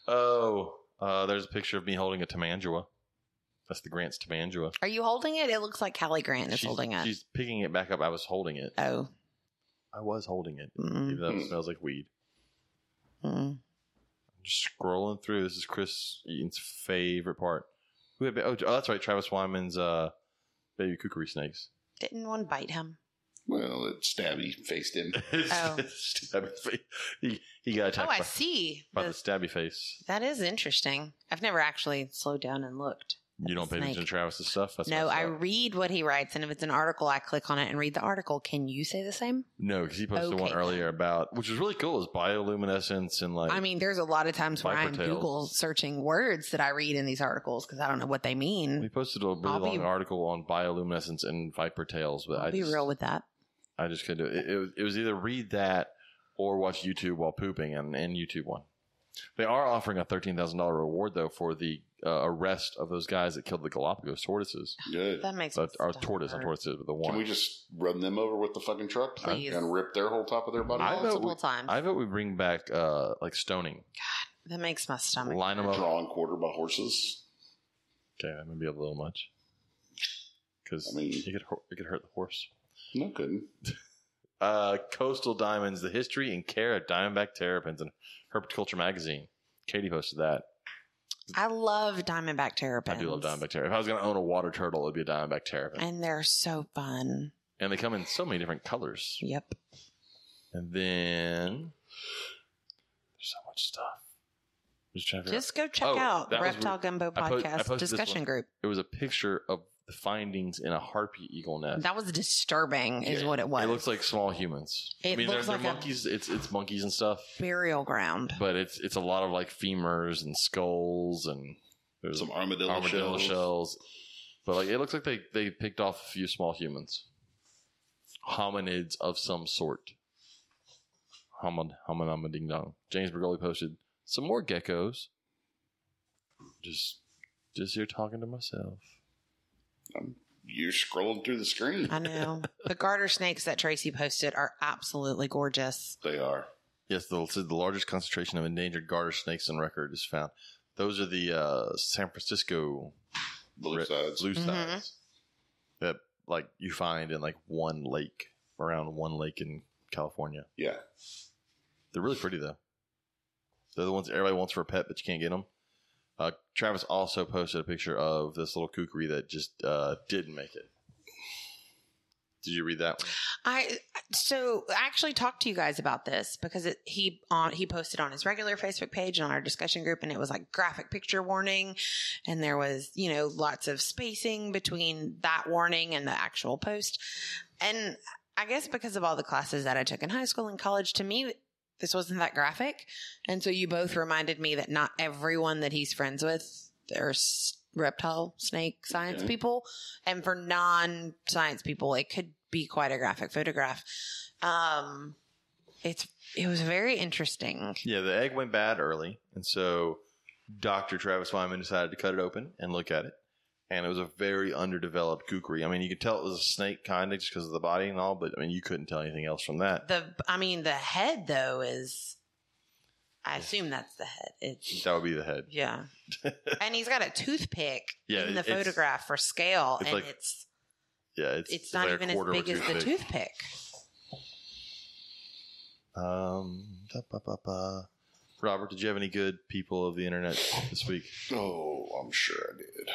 S1: Oh, uh, there's a picture of me holding a Tamandua. That's the Grant's Tamandua.
S2: Are you holding it? It looks like Callie Grant is
S1: she's,
S2: holding it.
S1: She's picking it back up. I was holding it.
S2: Oh.
S1: I was holding it.
S2: Mm,
S1: Even though it
S3: Mm.
S1: smells like weed.
S2: mm.
S1: Just scrolling through. This is Chris Eaton's favorite part. Who had been, oh, oh, that's right. Travis Wyman's uh, baby kukri snakes. *laughs*
S2: Didn't one bite him?
S3: Well, it stabby faced him.
S2: Oh.
S1: stabby face. He, he got
S2: Oh,
S1: attacked
S2: I
S1: by,
S2: see.
S1: by
S2: The-
S1: the stabby face.
S2: that is interesting. I've never actually slowed down and looked.
S1: You don't pay
S2: Snake.
S1: attention to Travis's stuff. That's
S2: no,
S1: messed
S2: I
S1: up.
S2: read what he writes, and if it's an article, I click on it and read the article. Can you say the same?
S1: no because he posted one
S2: Okay.
S1: earlier about which was really cool. Is bioluminescence and like
S2: I mean, there's a lot of times where
S1: Viper
S2: I'm
S1: tails.
S2: Google searching words that I read in these articles because I don't know what they
S1: we
S2: mean.
S1: posted a really
S2: I'll
S1: long
S2: be-
S1: article on bioluminescence and viper tails, but I
S2: I'll be
S1: just,
S2: real with that.
S1: I just couldn't. do It, it, was, it was either read that or watch YouTube while pooping, and, and YouTube won. They are offering a thirteen thousand dollar reward though for the uh, arrest of those guys that killed the Galapagos tortoises,
S3: Good.
S2: That makes
S1: uh,
S2: sense.
S1: or tortoise, not tortoises, but the one.
S3: Can we just run them over with the fucking truck
S2: Please.
S3: and rip their whole top of their body
S1: I
S3: off?
S1: know
S2: multiple
S1: we-
S2: times.
S1: I vote we bring back uh, like stoning,
S2: that makes my stomach.
S1: line them up.
S3: Draw and quarter by horses.
S1: Okay, that may be a little much because
S3: I mean-
S1: it could hurt, it could hurt the horse.
S3: No, couldn't.
S1: Uh, Coastal Diamonds: The History and Care of Diamondback Terrapins and Herpetoculture Magazine. Katie posted that.
S2: I love Diamondback terrapins.
S1: I do love diamondback terrapin. If I was going to own a water turtle, it would be a diamondback terrapin.
S2: and they're so fun.
S1: and they come in so many different colors.
S2: Yep.
S1: And then there's so much stuff. I'm just trying to figure
S2: Just go check
S1: Oh,
S2: out the
S1: that was
S2: Reptile Gumbo
S1: I po- I
S2: podcast
S1: posted this
S2: discussion
S1: one.
S2: group.
S1: out. It was a picture of the findings in a harpy eagle nest.
S2: That was disturbing, is
S3: Yeah.
S2: what it was.
S1: It looks like small humans. I
S2: It
S1: mean,
S2: looks
S1: they're,
S2: like
S1: they're
S2: a-
S1: monkeys. It's it's monkeys and stuff,
S2: burial ground.
S1: but it's it's a lot of like femurs and skulls and there's
S3: Some armadillo,
S1: armadillo
S3: shells.
S1: shells. But like, it looks like they they picked off a few small humans, hominids of some sort. Homin, homin, homin, ding dong. James Bergoli posted some more geckos. Just, just here talking to myself.
S3: You're scrolling through the screen.
S2: I know. the garter snakes that Tracy posted are absolutely gorgeous.
S3: They are.
S1: Yes, the, said the largest concentration of endangered garter snakes on record is found. Those are the uh, San Francisco
S3: Blue
S1: red-
S3: sides.
S1: blue
S2: Mhm.
S1: sides that like you find in like one lake around one lake in California.
S3: Yeah.
S1: They're really pretty though. They're the ones everybody wants for a pet, but you can't get them. Uh, Travis also posted a picture of this little kukri that just uh, didn't make it. Did you read that one?
S2: I so I actually talked to you guys about this because it, he on he posted on his regular Facebook page and on our discussion group, and it was like graphic picture warning, and there was you know lots of spacing between that warning and the actual post, and I guess because of all the classes that I took in high school and college, to me this wasn't that graphic, and so you both reminded me that not everyone that he's friends with are s- reptile snake science
S3: Okay.
S2: people, and for non science people, it could be quite a graphic photograph. Um, it's it was very interesting.
S1: Yeah, the egg went bad early, and so Dr. Travis Wyman decided to cut it open and look at it. And it was a very underdeveloped kukri. I mean, you could tell it was a snake kind of just because of the body and all, but I mean, you couldn't tell anything else from that.
S2: The I mean, the head though is, I assume that's the head. It's
S1: That would be the head.
S2: yeah, and he's got a toothpick
S1: *laughs* Yeah,
S2: in the
S1: it's-
S2: photograph for scale,
S1: it's
S2: and
S1: like-
S2: it's
S1: Yeah, it's,
S2: it's, not
S1: like a
S2: even as
S1: quarter of a
S2: big as the
S1: toothpick.
S2: toothpick.
S1: Um, da, ba, ba, ba. Robert, did you have any good people of the internet this week?
S3: Oh, I'm sure I did.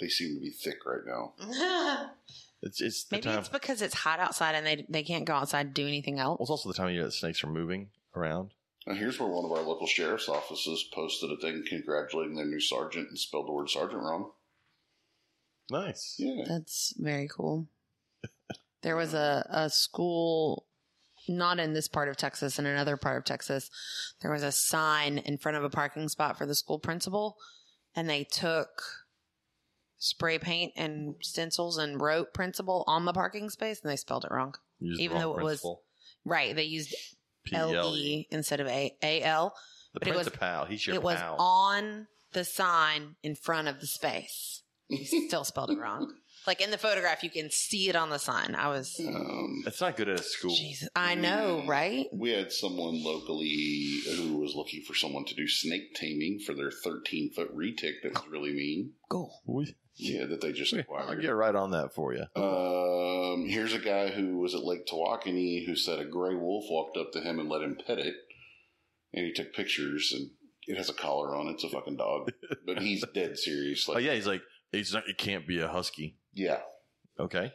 S3: They seem to be thick right
S2: *laughs*
S3: now.
S1: It's it's the
S2: Maybe
S1: time.
S2: it's because it's hot outside and they they can't go outside and do anything
S1: well,
S2: else.
S1: it's also the time of year that snakes are moving around.
S3: Now, here's where one of our local sheriff's offices posted a thing congratulating their new sergeant and spelled the word sergeant wrong.
S1: Nice.
S3: Yeah.
S2: That's very cool. There was a, a school, not in this part of Texas, in another part of Texas, there was a sign in front of a parking spot for the school principal, and they took spray paint and stencils and wrote principal on the parking space, and they spelled it wrong.
S1: You used the
S2: Even
S1: wrong
S2: though it was
S1: principal.
S2: Right. They used L
S1: PLE.
S2: E instead of A A L.
S1: The
S2: but it was-
S1: principal. He's your
S2: It was
S1: pal.
S2: on the sign in front of the space. Still spelled it wrong. Like in the photograph, you can see it on the sign. I was.
S3: um,
S1: That's not good at a school.
S2: Jesus, I know,
S3: Mm.
S2: right?
S3: we had someone locally who was looking for someone to do snake taming for their 13 foot retic that was really mean.
S2: Cool.
S1: We-
S3: Yeah, that they just
S1: we- I'll
S3: acquired.
S1: get right on that for you.
S3: Um, here's a guy who was at Lake Tawakoni who said a gray wolf walked up to him and let him pet it, and he took pictures and it has a collar on. It's a fucking dog, but he's dead serious. Like,
S1: oh yeah, he's like, it's not, it can't be a husky.
S3: yeah.
S1: Okay,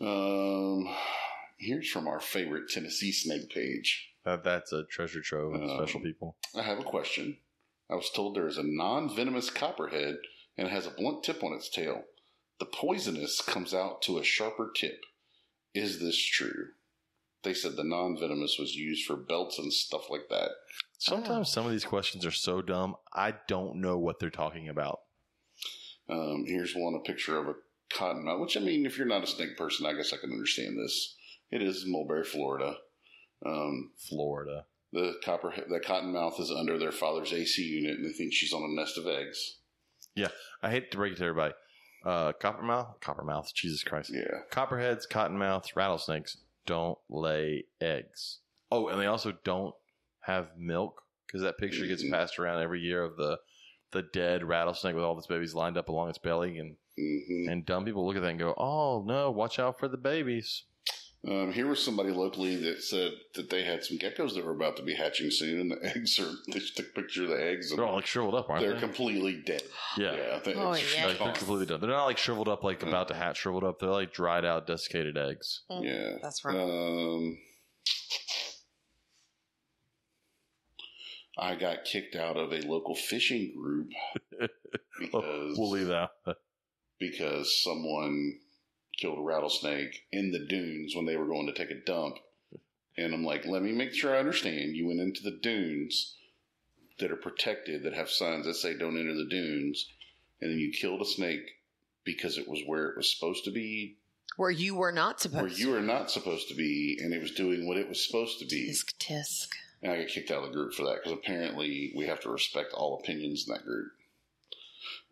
S3: Um, here's from our favorite Tennessee snake page.
S1: that, that's a treasure trove of
S3: Um,
S1: special people.
S3: I have a question. I was told there is a non venomous copperhead and it has a blunt tip on its tail. The poisonous comes out to a sharper tip. Is this true? They said the non venomous was used for belts and stuff like that.
S1: Sometimes some of these questions are so dumb, I don't know what they're talking about.
S3: Um, here's one a picture of a cottonmouth, which I mean, if you're not a snake person, I guess I can understand this. It is Mulberry, Florida. Um,
S1: Florida.
S3: the copper, the cottonmouth is under their father's AC unit, and they think she's on a nest of eggs.
S1: I hate to break it to everybody. Uh, coppermouth, coppermouth. Jesus Christ.
S3: Yeah,
S1: Copperheads, cottonmouths, rattlesnakes don't lay eggs. Oh, and they also don't have milk because that picture gets
S3: Mhm.
S1: passed around every year of the the dead rattlesnake with all of its babies lined up along its belly, and
S3: hmm
S1: and dumb people look at that and go, "Oh no, watch out for the babies."
S3: Um, here was somebody locally that said that they had some geckos that were about to be hatching soon, and the *laughs* eggs are. They just took a picture of the eggs, and
S1: They're all like shriveled up, aren't
S3: they're
S1: they?
S3: completely dead.
S1: yeah.
S3: the
S2: Oh,
S3: eggs are
S2: yeah.
S1: Like, they're
S3: gone.
S1: completely done. They're not like shriveled up, like
S3: Mm.
S1: about to hatch, shriveled up. They're like dried out, desiccated eggs.
S3: Yeah.
S2: That's wrong.
S3: Um, I got kicked out of a local fishing
S1: *laughs*
S3: group because
S1: we'll leave that.
S3: because someone killed a rattlesnake in the dunes when they were going to take a dump. And I'm like, let me make sure I understand. You went into the dunes that are protected that have signs that say don't enter the dunes, and then you killed a snake because it was where it was supposed to be
S2: Where you were not
S3: where
S2: supposed
S3: you were not supposed to be, and it was doing what it was supposed to be.
S2: Tisk tisk.
S3: And I got kicked out of the group for that because apparently we have to respect all opinions in that group.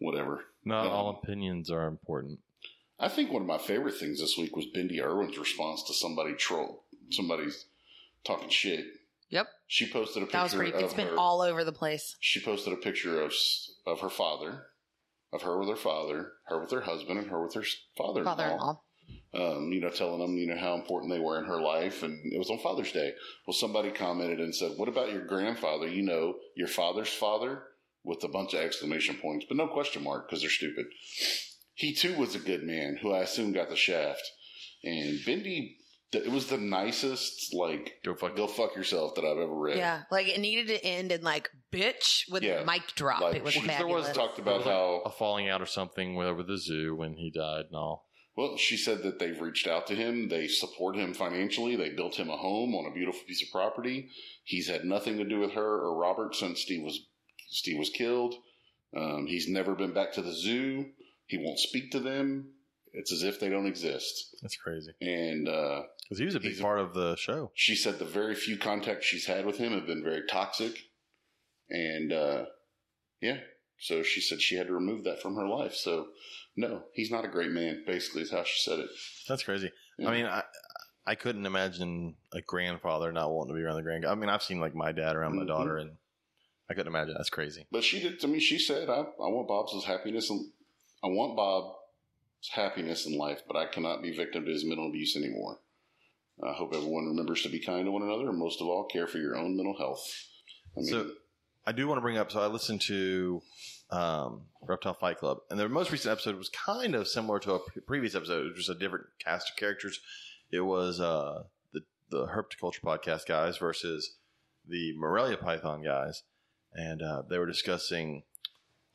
S3: Whatever.
S1: Not
S3: Um,
S1: all opinions are important.
S3: I think one of my favorite things this week was Bindi Irwin's response to somebody troll, somebody's talking shit.
S2: Yep.
S3: She posted a picture
S2: That was pretty.
S3: of
S2: It's been
S3: her.
S2: all over the place.
S3: she posted a picture of s- of her father, of her with her father, her with her husband, and her with her father
S2: Father in law.
S3: um, you know, telling them, you know, how important they were in her life. And it was on Father's Day. Well, somebody commented and said, What about your grandfather? You know, your father's father with a bunch of exclamation points, but no question mark because they're stupid. He too was a good man who I assume got the shaft. And Bendy, th- it was the nicest, like,
S1: Go fuck.
S3: go fuck yourself that I've ever read.
S2: Yeah. Like it needed to end in like bitch with
S3: Yeah.
S2: the mic drop.
S3: Like,
S2: it was
S3: she-
S1: there
S2: fabulous.
S1: was
S3: Talked
S1: There
S3: about
S1: was, like,
S3: how
S1: a falling out or something with- over the zoo when he died and all.
S3: Well, she said that they've reached out to him. They support him financially. They built him a home on a beautiful piece of property. He's had nothing to do with her or Robert since Steve was Steve was killed. Um, he's never been back to the zoo. He won't speak to them. It's as if they don't exist.
S1: That's crazy
S3: And uh,
S1: because he was a big
S3: He's a-
S1: part of the show.
S3: she said the very few contacts she's had with him have been very toxic. And uh, yeah, so she said she had to remove that from her life. So no, he's not a great man. Basically, is how she said it.
S1: That's crazy.
S3: Yeah.
S1: I mean, I I couldn't imagine a grandfather not wanting to be around the grand. I mean, I've seen like my dad around my
S3: Mhm.
S1: daughter, and I couldn't imagine. That's crazy.
S3: But she did. I mean, she said, "I, I want Bob's happiness, and I want Bob's happiness in life, but I cannot be victim to his mental abuse anymore." I hope everyone remembers to be kind to one another, and most of all, care for your own mental health. I mean,
S1: So- I do want to bring up. So I listened to um, Reptile Fight Club, and their most recent episode was kind of similar to a pre- previous episode. It was just a different cast of characters. It was uh, the the Herpetoculture Podcast guys versus the Morelia Python guys, and uh, they were discussing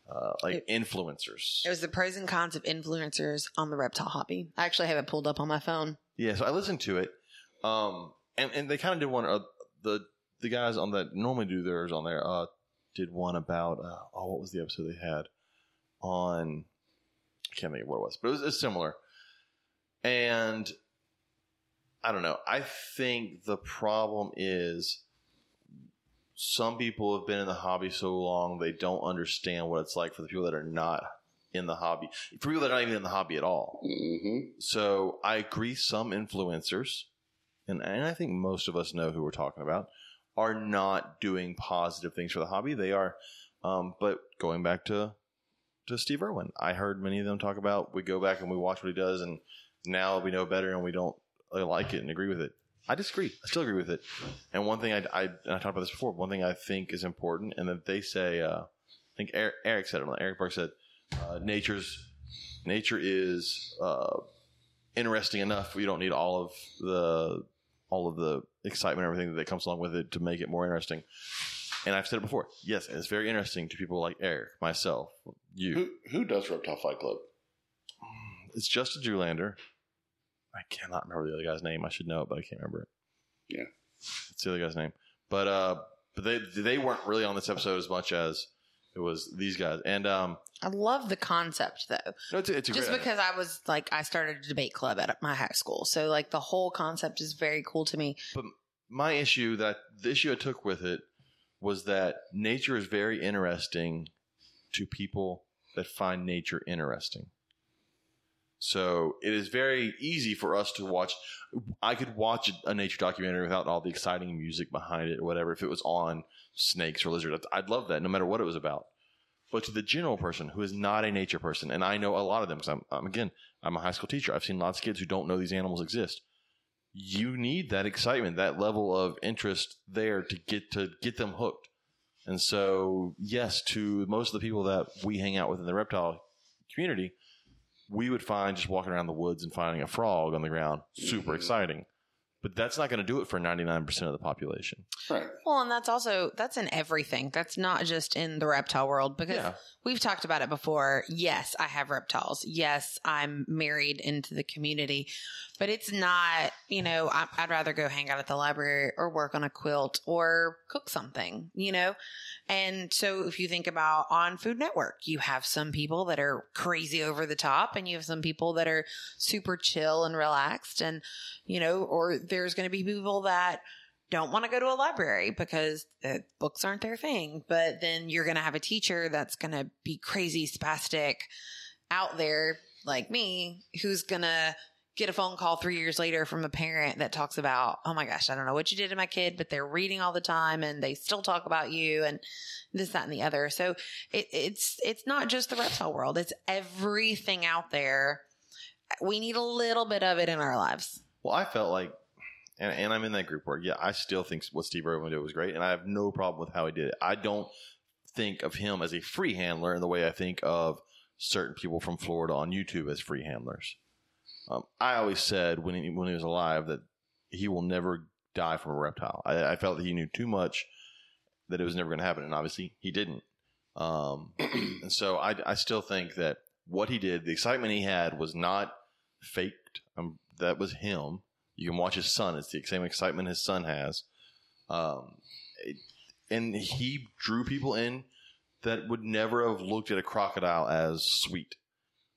S1: uh, like influencers.
S2: It was the pros and cons of influencers on the reptile hobby. I actually have it pulled up on my phone.
S1: Yeah, so I listened to it, um, and and they kind of did one. Uh, the the guys on that normally do theirs on there uh, did one about uh, oh, what was the episode they had on? I can't think of what it was, but it was, it's similar. And I don't know. I think the problem is some people have been in the hobby so long they don't understand what it's like for the people that are not in the hobby, for people that are not even in the hobby at all
S3: mhm.
S1: so I agree some influencers, and, and I think most of us know who we're talking about, are not doing positive things for the hobby. They are, um, but going back to to Steve Irwin, I heard many of them talk about we go back and we watch what he does, and now we know better and we don't uh, like it and agree with it. I disagree. I still agree with it. And one thing I, I, and I talked about this before, one thing I think is important, and that they say, uh, I think Eric, Eric said it, Eric Burke said, uh, nature's, nature is uh, interesting enough. You don't need all of the, all of the excitement and everything that comes along with it to make it more interesting. And I've said it before. Yes, it's very interesting to people like Eric, myself, you.
S3: Who who does Reptile Fight Club?
S1: It's Justin Julander. I cannot remember the other guy's name. I should know it, but I can't remember it.
S3: Yeah.
S1: it's the other guy's name. But uh, but they they weren't really on this episode as much as it was these guys. And um,
S2: I love the concept though.
S1: no, it's, a- it's a
S2: Just
S1: great
S2: because I was like I started a debate club at my high school. So like the whole concept is very cool to me.
S1: my issue that the issue I took with it was that nature is very interesting to people that find nature interesting. So it is very easy for us to watch. I could watch a nature documentary without all the exciting music behind it or whatever. If it was on snakes or lizards, I'd love that no matter what it was about. But to the general person who is not a nature person, and I know a lot of them because I'm, I'm again, I'm a high school teacher. I've seen lots of kids who don't know these animals exist you need that excitement, that level of interest there to get to get them hooked. And so, yes, to most of the people that we hang out with in the reptile community, we would find just walking around the woods and finding a frog on the ground super
S3: Mhm.
S1: exciting. But that's not going to do it for 99% of the population.
S3: Right.
S2: Well, and that's also that's in everything. That's not just in the reptile world because
S1: Yeah.
S2: we've talked about it before. Yes, I have reptiles. Yes, I'm married into the community, but it's not, you know, I, I'd rather go hang out at the library or work on a quilt or cook something, you know? And so if you think about on Food Network, you have some people that are crazy over the top and you have some people that are super chill and relaxed and, you know, or there's going to be people that don't want to go to a library because uh, books aren't their thing. But then you're going to have a teacher that's going to be crazy spastic out there like me, who's going to get a phone call three years later from a parent that talks about, oh my gosh, I don't know what you did to my kid, but they're reading all the time and they still talk about you and this, that, and the other. So it, it's, it's not just the reptile world. It's everything out there. We need a little bit of it in our lives.
S1: Well, I felt like, and, and I'm in that group where, yeah, I still think what Steve Irwin did was great, and I have no problem with how he did it. I don't think of him as a free handler in the way I think of certain people from Florida on YouTube as free handlers. Um, I always said when he, when he was alive that he will never die from a reptile. I, I felt that he knew too much that it was never going to happen, and obviously he didn't. Um, *clears throat* and so I, I still think that what he did, the excitement he had, was not faked. Um, that was him. You can watch his son; it's the same excitement his son has. Um, it- and he drew people in that would never have looked at a crocodile as sweet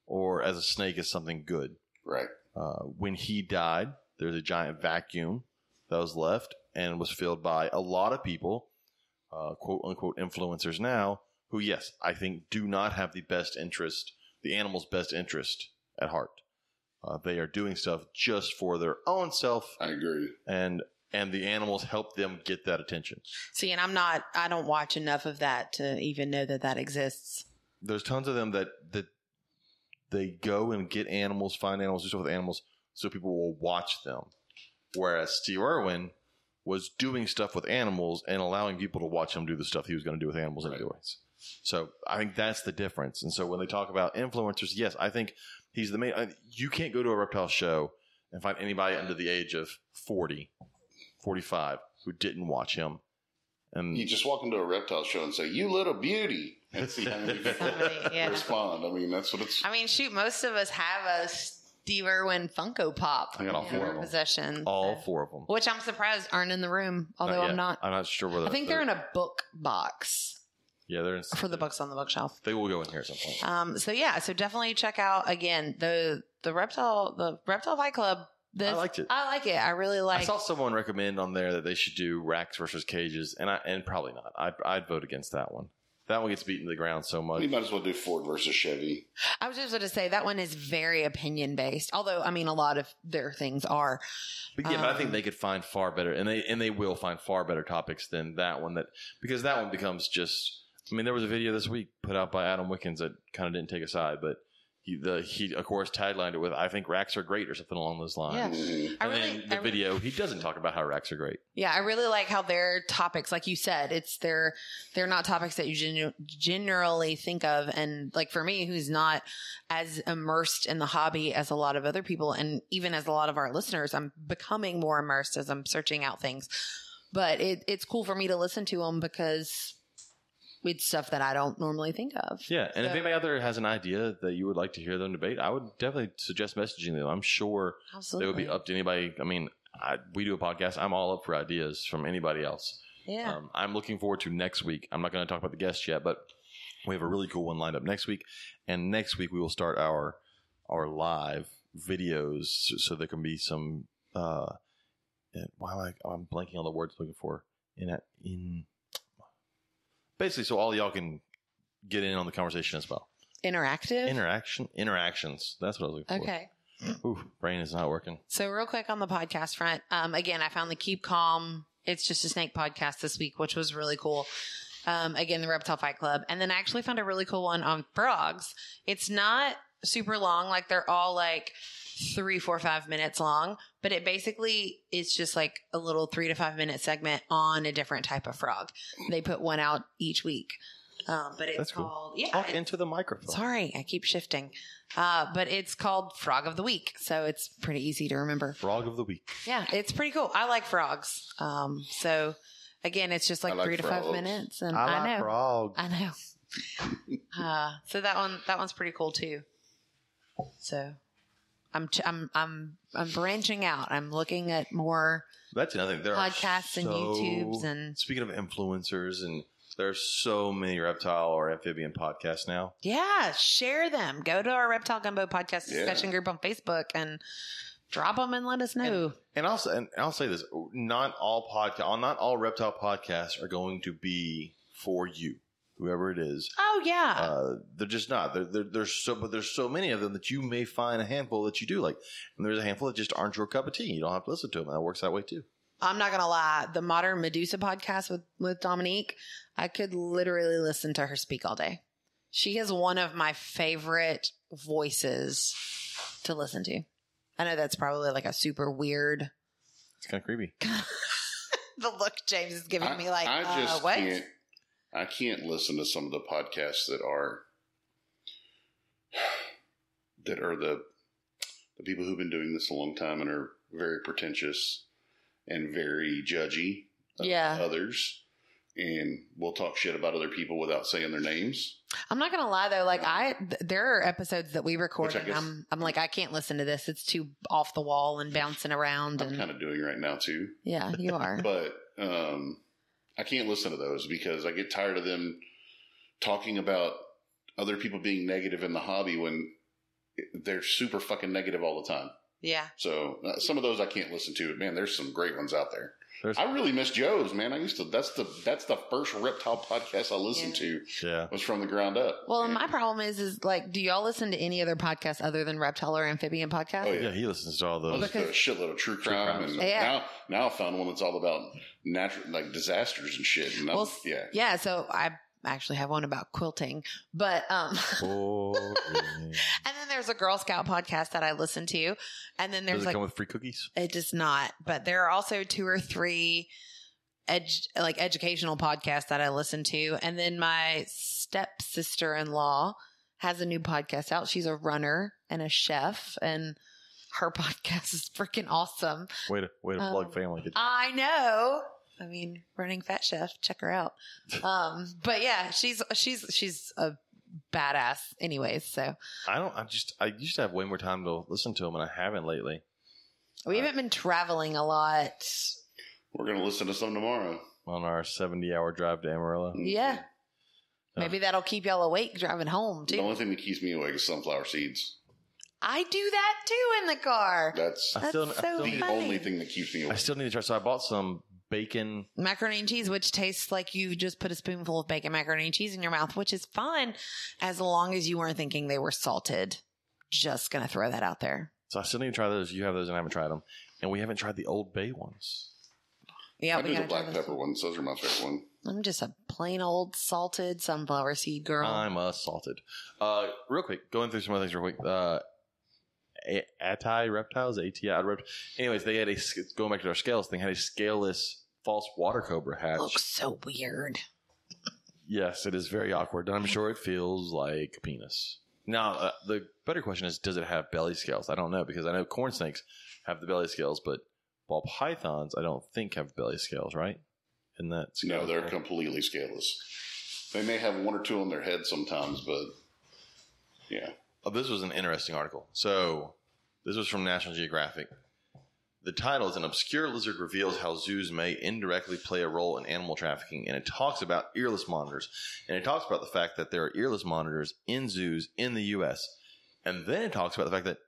S1: or as a snake as something good.
S3: Right.
S1: Uh, when he died, there's a giant vacuum that was left and was filled by a lot of people, uh, quote unquote influencers now, who, yes, I think do not have the best interest, the animal's best interest at heart. Uh, they are doing stuff just for their own self,
S3: I agree.
S1: and and the animals help them get that attention.
S2: See, and I'm not, I don't watch enough of that to even know that that exists.
S1: there's tons of them that that they go and get animals, find animals, do stuff with animals, so people will watch them. Whereas Steve Irwin was doing stuff with animals and allowing people to watch him do the stuff he was going to do with animals
S3: Right.
S1: anyways. So I think that's the difference. And so when they talk about influencers, yes, I think he's the main. I, you can't go to a reptile show and find anybody under the age of 40, 45 who didn't watch him. And
S3: You just walk into a reptile show and say, "You little beauty," and see how many people
S2: *laughs* Somebody, yeah.
S3: respond. I mean, that's what it's.
S2: I mean, shoot, most of us have a Steve Irwin Funko Pop
S1: I got all
S2: in
S1: four
S2: our
S1: of 'em.
S2: possession.
S1: all four of them.
S2: Which I'm surprised aren't in the room, although
S1: yet. Uh,
S2: I'm not.
S1: I'm not sure whether
S2: I think they're in a book box
S1: Yeah, they're in
S2: for the books on the bookshelf.
S1: They will go in here at some point.
S2: Um, so yeah, so definitely check out again the the reptile the reptile fight club. This,
S1: I liked it.
S2: I like it. I really like.
S1: I saw someone recommend on there that they should do racks versus cages, and I and probably not. I, I'd vote against that one. That one gets beaten to the ground so much.
S3: You might as well do Ford versus Chevy.
S2: I was just going to say that one is very opinion based. Although I mean, a lot of their things are.
S1: But yeah, but I
S2: Um,
S1: think they could find far better, and they and they will find far better topics than that one. That because that one becomes just. I mean, there was a video this week put out by Adam Wickens that kind of didn't take a side, but he, the he of course taglined it with "I think racks are great" or something along those lines.
S2: Yeah.
S3: Mhm.
S2: I
S1: And
S2: really,
S1: then the
S2: I really-
S1: video, he doesn't talk about how racks are great.
S2: yeah, I really like how their topics, like you said, it's their they're not topics that you genu- generally think of, and like for me, who's not as immersed in the hobby as a lot of other people, and even as a lot of our listeners, I'm becoming more immersed as I'm searching out things. But it, it's cool for me to listen to them because it's stuff that I don't normally think of.
S1: Yeah, and if
S2: So-
S1: anybody out there has an idea that you would like to hear them debate, I would definitely suggest messaging them. I'm sure they
S2: Absolutely,
S1: would be up to anybody. I mean, I, we do a podcast. I'm all up for ideas from anybody else.
S2: Yeah,
S1: Um, I'm looking forward to next week. I'm not going to talk about the guests yet, but we have a really cool one lined up next week. And next week we will start our our live videos, so, so there can be some. Uh, eh, why am I? I'm blanking on the words I'm looking for. In a- in basically, so all y'all can get in on the conversation as well.
S2: interactive.
S1: Interaction, interactions. That's what I was looking for.
S2: okay.
S1: Ooh, brain is not working.
S2: So real quick on the podcast front, um, again, I found the Keep Calm. It's just a snake podcast this week, which was really cool. Um, again, the Reptile Fight Club, and then I actually found a really cool one on frogs. It's not super long; like they're all like three, four, five minutes long, but it basically is just like a little three to five minute segment on a different type of frog. They put one out each week, um, but it's
S1: That's cool.
S2: called yeah.
S1: Talk
S2: it's-
S1: into the microphone.
S2: Sorry, I keep shifting. Uh, but it's called Frog of the Week, so it's pretty easy to remember.
S1: Frog of the week.
S2: Yeah, it's pretty cool. I like frogs. Um, so again, it's just like,
S3: I like
S2: three to five
S3: frogs.
S2: minutes, and Um, I, know,
S1: frog.
S2: I know. Uh, so that one, that one's pretty cool too. So, I'm ch- I'm I'm I'm branching out. I'm looking at more
S1: That's another thing. There
S2: podcasts
S1: are
S2: and
S1: so,
S2: YouTubes and
S1: Speaking of influencers, and there are so many reptile or amphibian podcasts now.
S2: Yeah, share them. Go to our Reptile Gumbo podcast
S3: Yeah.
S2: discussion group on Facebook and drop them and let us know.
S1: And also, and I'll say this: not all podcast, not all reptile podcasts are going to be for you, whoever it is.
S2: oh yeah,
S1: Uh, they're just not. They're, they're, there's so, but there's so many of them that you may find a handful that you do like, and there's a handful that just aren't your cup of tea. You don't have to listen to them. And that works that way too.
S2: I'm not gonna lie. The Modern Medusa podcast with with Dominique, I could literally listen to her speak all day. She is one of my favorite voices to listen to. I know that's probably like a super weird.
S1: It's kind of creepy.
S2: The look James is giving
S3: I-
S2: me, like,
S3: I
S2: uh, what?
S3: can't. I can't listen to some of the podcasts that are *sighs* that are the the people who've been doing this a long time and are very pretentious and very judgy of
S2: Yeah.
S3: others and will talk shit about other people without saying their names.
S2: I'm not gonna lie though. Like I, th- there are episodes that we record,
S3: Which I
S2: and
S3: guess-
S2: I'm, I'm like, I can't listen to this. It's too off the wall and bouncing around,
S3: I'm
S2: and
S3: kind of doing right now too.
S2: yeah, you
S3: *laughs*
S2: are.
S3: but um, I can't listen to those because I get tired of them talking about other people being negative in the hobby when they're super fucking negative all the time.
S2: yeah,
S3: So uh, some of those I can't listen to. Man, there's some great ones out there.
S1: There's,
S3: I really miss Joe's. Man, I used to. That's the that's the first reptile podcast I listened to
S1: yeah.
S3: was from the ground up.
S2: Well, and
S3: And-
S2: my problem is, is like, do y'all listen to any other podcast other than Reptile or Amphibian podcast?
S3: Oh,
S1: yeah, He listens to all
S3: I
S1: those.
S2: *laughs*
S3: listened to a shitload of true crime,
S1: crimes.
S3: and
S2: Yeah.
S3: now now I found one that's all about natural like disasters and shit. And I'm-
S2: Well,
S3: yeah,
S2: Yeah, so I actually have one about quilting, but um, *laughs*
S1: Boring.
S2: and then there's a Girl Scout podcast that I listen to, and then
S1: Does
S2: there's
S1: it
S2: like
S1: come with free cookies?
S2: it does not, but there are also two or three edu- like educational podcasts that I listen to, and then my stepsister in law has a new podcast out. She's a runner and a chef, and her *laughs* podcast is freaking awesome.
S1: Way to way to
S2: Um,
S1: plug family. Did-
S2: I know. I mean, running fat chef, check her out. Um, but yeah, she's she's she's a badass anyways, so
S1: I don't. I just. I used to have way more time to listen to them, and I haven't lately.
S2: we
S1: Uh,
S2: haven't been traveling a lot.
S3: we're gonna listen to some tomorrow.
S1: On our seventy-hour drive to Amarillo,
S2: Yeah. Maybe that'll keep y'all awake driving home too.
S3: The only thing that keeps me awake is sunflower seeds.
S2: I do that too in the car.
S3: That's
S1: I still,
S2: That's
S1: I,
S2: so
S1: still
S3: the
S1: need,
S2: funny.
S3: only thing that keeps me
S1: I
S3: awake.
S1: still need to try. So I bought some bacon.
S2: Macaroni and cheese, which tastes like you just put a spoonful of bacon macaroni and cheese in your mouth, which is fine as long as you weren't thinking they were salted. Just gonna throw that out there.
S1: So I still need to try those. You have those, and I haven't tried them. And we haven't tried the Old Bay ones.
S2: Yeah,
S3: I
S2: we
S3: do the
S2: gotta try
S3: black
S2: this
S3: pepper ones. Those are my favorite one.
S2: I'm just a plain old salted sunflower seed girl.
S1: I'm assaulted. Uh, real quick, going through some other things real quick. Uh, A- Atai reptiles, ATI reptiles. Anyways, they had a sc- going back to our scales thing. Had a scaleless false water cobra hatch.
S2: Looks so weird.
S1: Yes, it is very awkward, and I'm sure it feels like a penis. Now, uh, the better question is, does it have belly scales? I don't know because I know corn snakes have the belly scales, but ball pythons, I don't think have belly scales, right? Isn't that
S3: No, they're
S1: scale-
S3: completely scaleless. They may have one or two on their head sometimes, but yeah.
S1: Oh, this was an interesting article. So, this was from National Geographic. The title is An Obscure Lizard Reveals How Zoos May Indirectly Play a Role in Animal Trafficking. And it talks about earless monitors. And it talks about the fact that there are earless monitors in zoos in the U.S. And then it talks about the fact that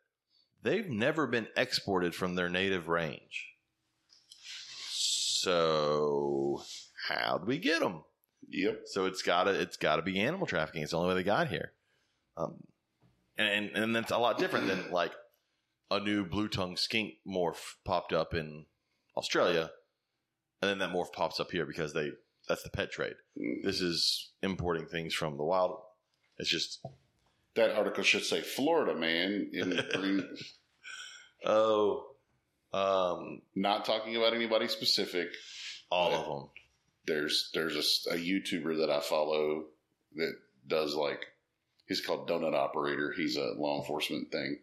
S1: they've never been exported from their native range. So, how'd we get them?
S3: Yep.
S1: So it's gotta it's gotta be animal trafficking. It's the only way they got here. Um, and and that's a lot different than like a new blue tongue skink morph popped up in Australia, and then that morph pops up here because they that's the pet trade. This is importing things from the wild. It's just
S3: That article should say Florida man. In,
S1: oh, um,
S3: not talking about anybody specific.
S1: all of them.
S3: There's there's a s- a, YouTuber that I follow that does like he's called Donut Operator. He's a law enforcement thing,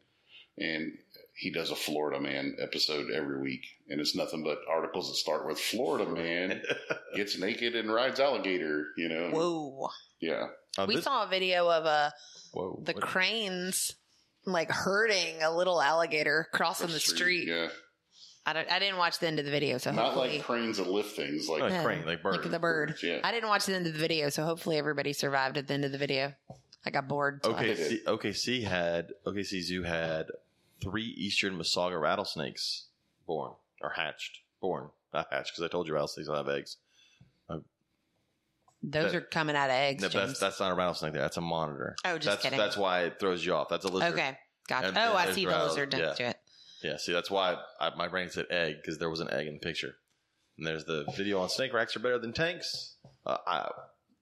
S3: and he does a Florida man episode every week, and it's nothing but articles that start with Florida man gets naked and rides alligator. You know,
S2: Whoa.
S3: yeah,
S1: Oh,
S2: we
S1: this-
S2: saw a video of uh,
S1: whoa,
S2: the
S1: what-
S2: cranes like herding a little alligator crossing the street.
S3: Yeah,
S2: I, don't, I didn't watch the end of the video, so
S3: not
S2: hopefully.
S3: like cranes that lift things. Like
S1: like crane, like bird.
S2: Like the bird.
S3: Yeah.
S2: I didn't watch the end of the video, so hopefully everybody survived at the end of the video. I got bored. so I-
S1: OKC, OKC had OKC Zoo had three eastern Masaga rattlesnakes born or hatched, born not hatched because I told you rattlesnakes don't have eggs.
S2: those
S1: that-
S2: are coming out of eggs.
S1: No,
S2: James.
S1: that's that's not a rattlesnake. There, that's a monitor.
S2: Oh, just
S1: that's,
S2: kidding.
S1: That's why it throws you off. That's a lizard.
S2: okay, gotcha.
S1: And
S2: oh,
S1: then
S2: I
S1: there's
S2: see the
S1: rattle-
S2: lizard next to it.
S1: Yeah. See, that's why I, my brain said egg because there was an egg in the picture. And there's the video on snake racks are better than tanks. Uh, I,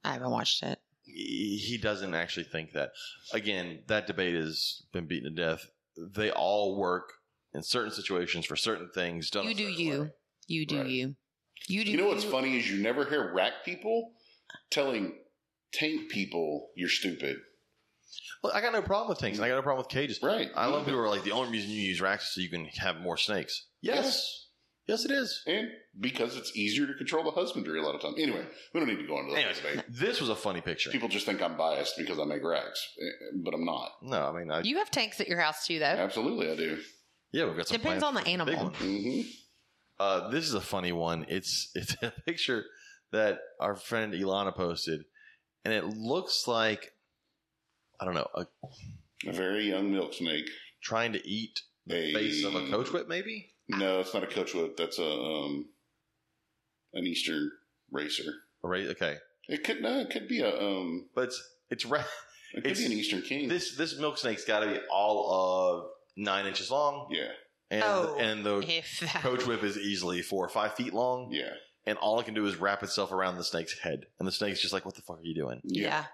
S2: I haven't watched it.
S1: he he doesn't actually think that. Again, that debate has been beaten to death. They all work in certain situations for certain things. Done a
S2: You do
S1: certain
S2: you.
S1: way.
S2: You do
S3: Right.
S2: you. You do.
S3: You know what's funny is you never hear rack people telling tank people you're stupid.
S1: Well, I got no problem with tanks. and I got no problem with cages.
S3: Right.
S1: I love people who are like the only reason you use racks is so you can have more snakes. Yes, yes, it is.
S3: And because it's easier to control the husbandry a lot of times. Anyway, we don't need to go into that
S1: Anyways,
S3: debate.
S1: this was a funny picture.
S3: People just think I'm biased because I make racks, eh, but I'm not.
S1: no, I mean, I,
S2: You have tanks at your house too, though.
S3: Absolutely, I do.
S1: yeah, we've got some. plans
S2: Depends on the
S1: for a big
S2: animal.
S1: one.
S3: hmm
S1: Uh, this is a funny one. It's *laughs* it's a picture that our friend Ilana posted, and it looks like I don't know, a,
S3: A very young milk snake.
S1: trying to eat the
S3: A-
S1: face of a coach whip, maybe.
S3: No, it's not a coach whip. That's a um, an Eastern racer.
S1: Right? Okay,
S3: It could no, it could be a um,
S1: but it's it's
S3: *laughs*
S1: ra-
S3: it could
S1: It's-
S3: be an Eastern king.
S1: this this milk snake's got to be all of nine inches long.
S3: yeah,
S1: and
S2: Oh.
S1: and the
S2: If *laughs* that,
S1: coach whip is easily four or five feet long,
S3: yeah,
S1: and all it can do is wrap itself around the snake's head, and the snake's just like, "What the fuck are you doing?"
S2: yeah.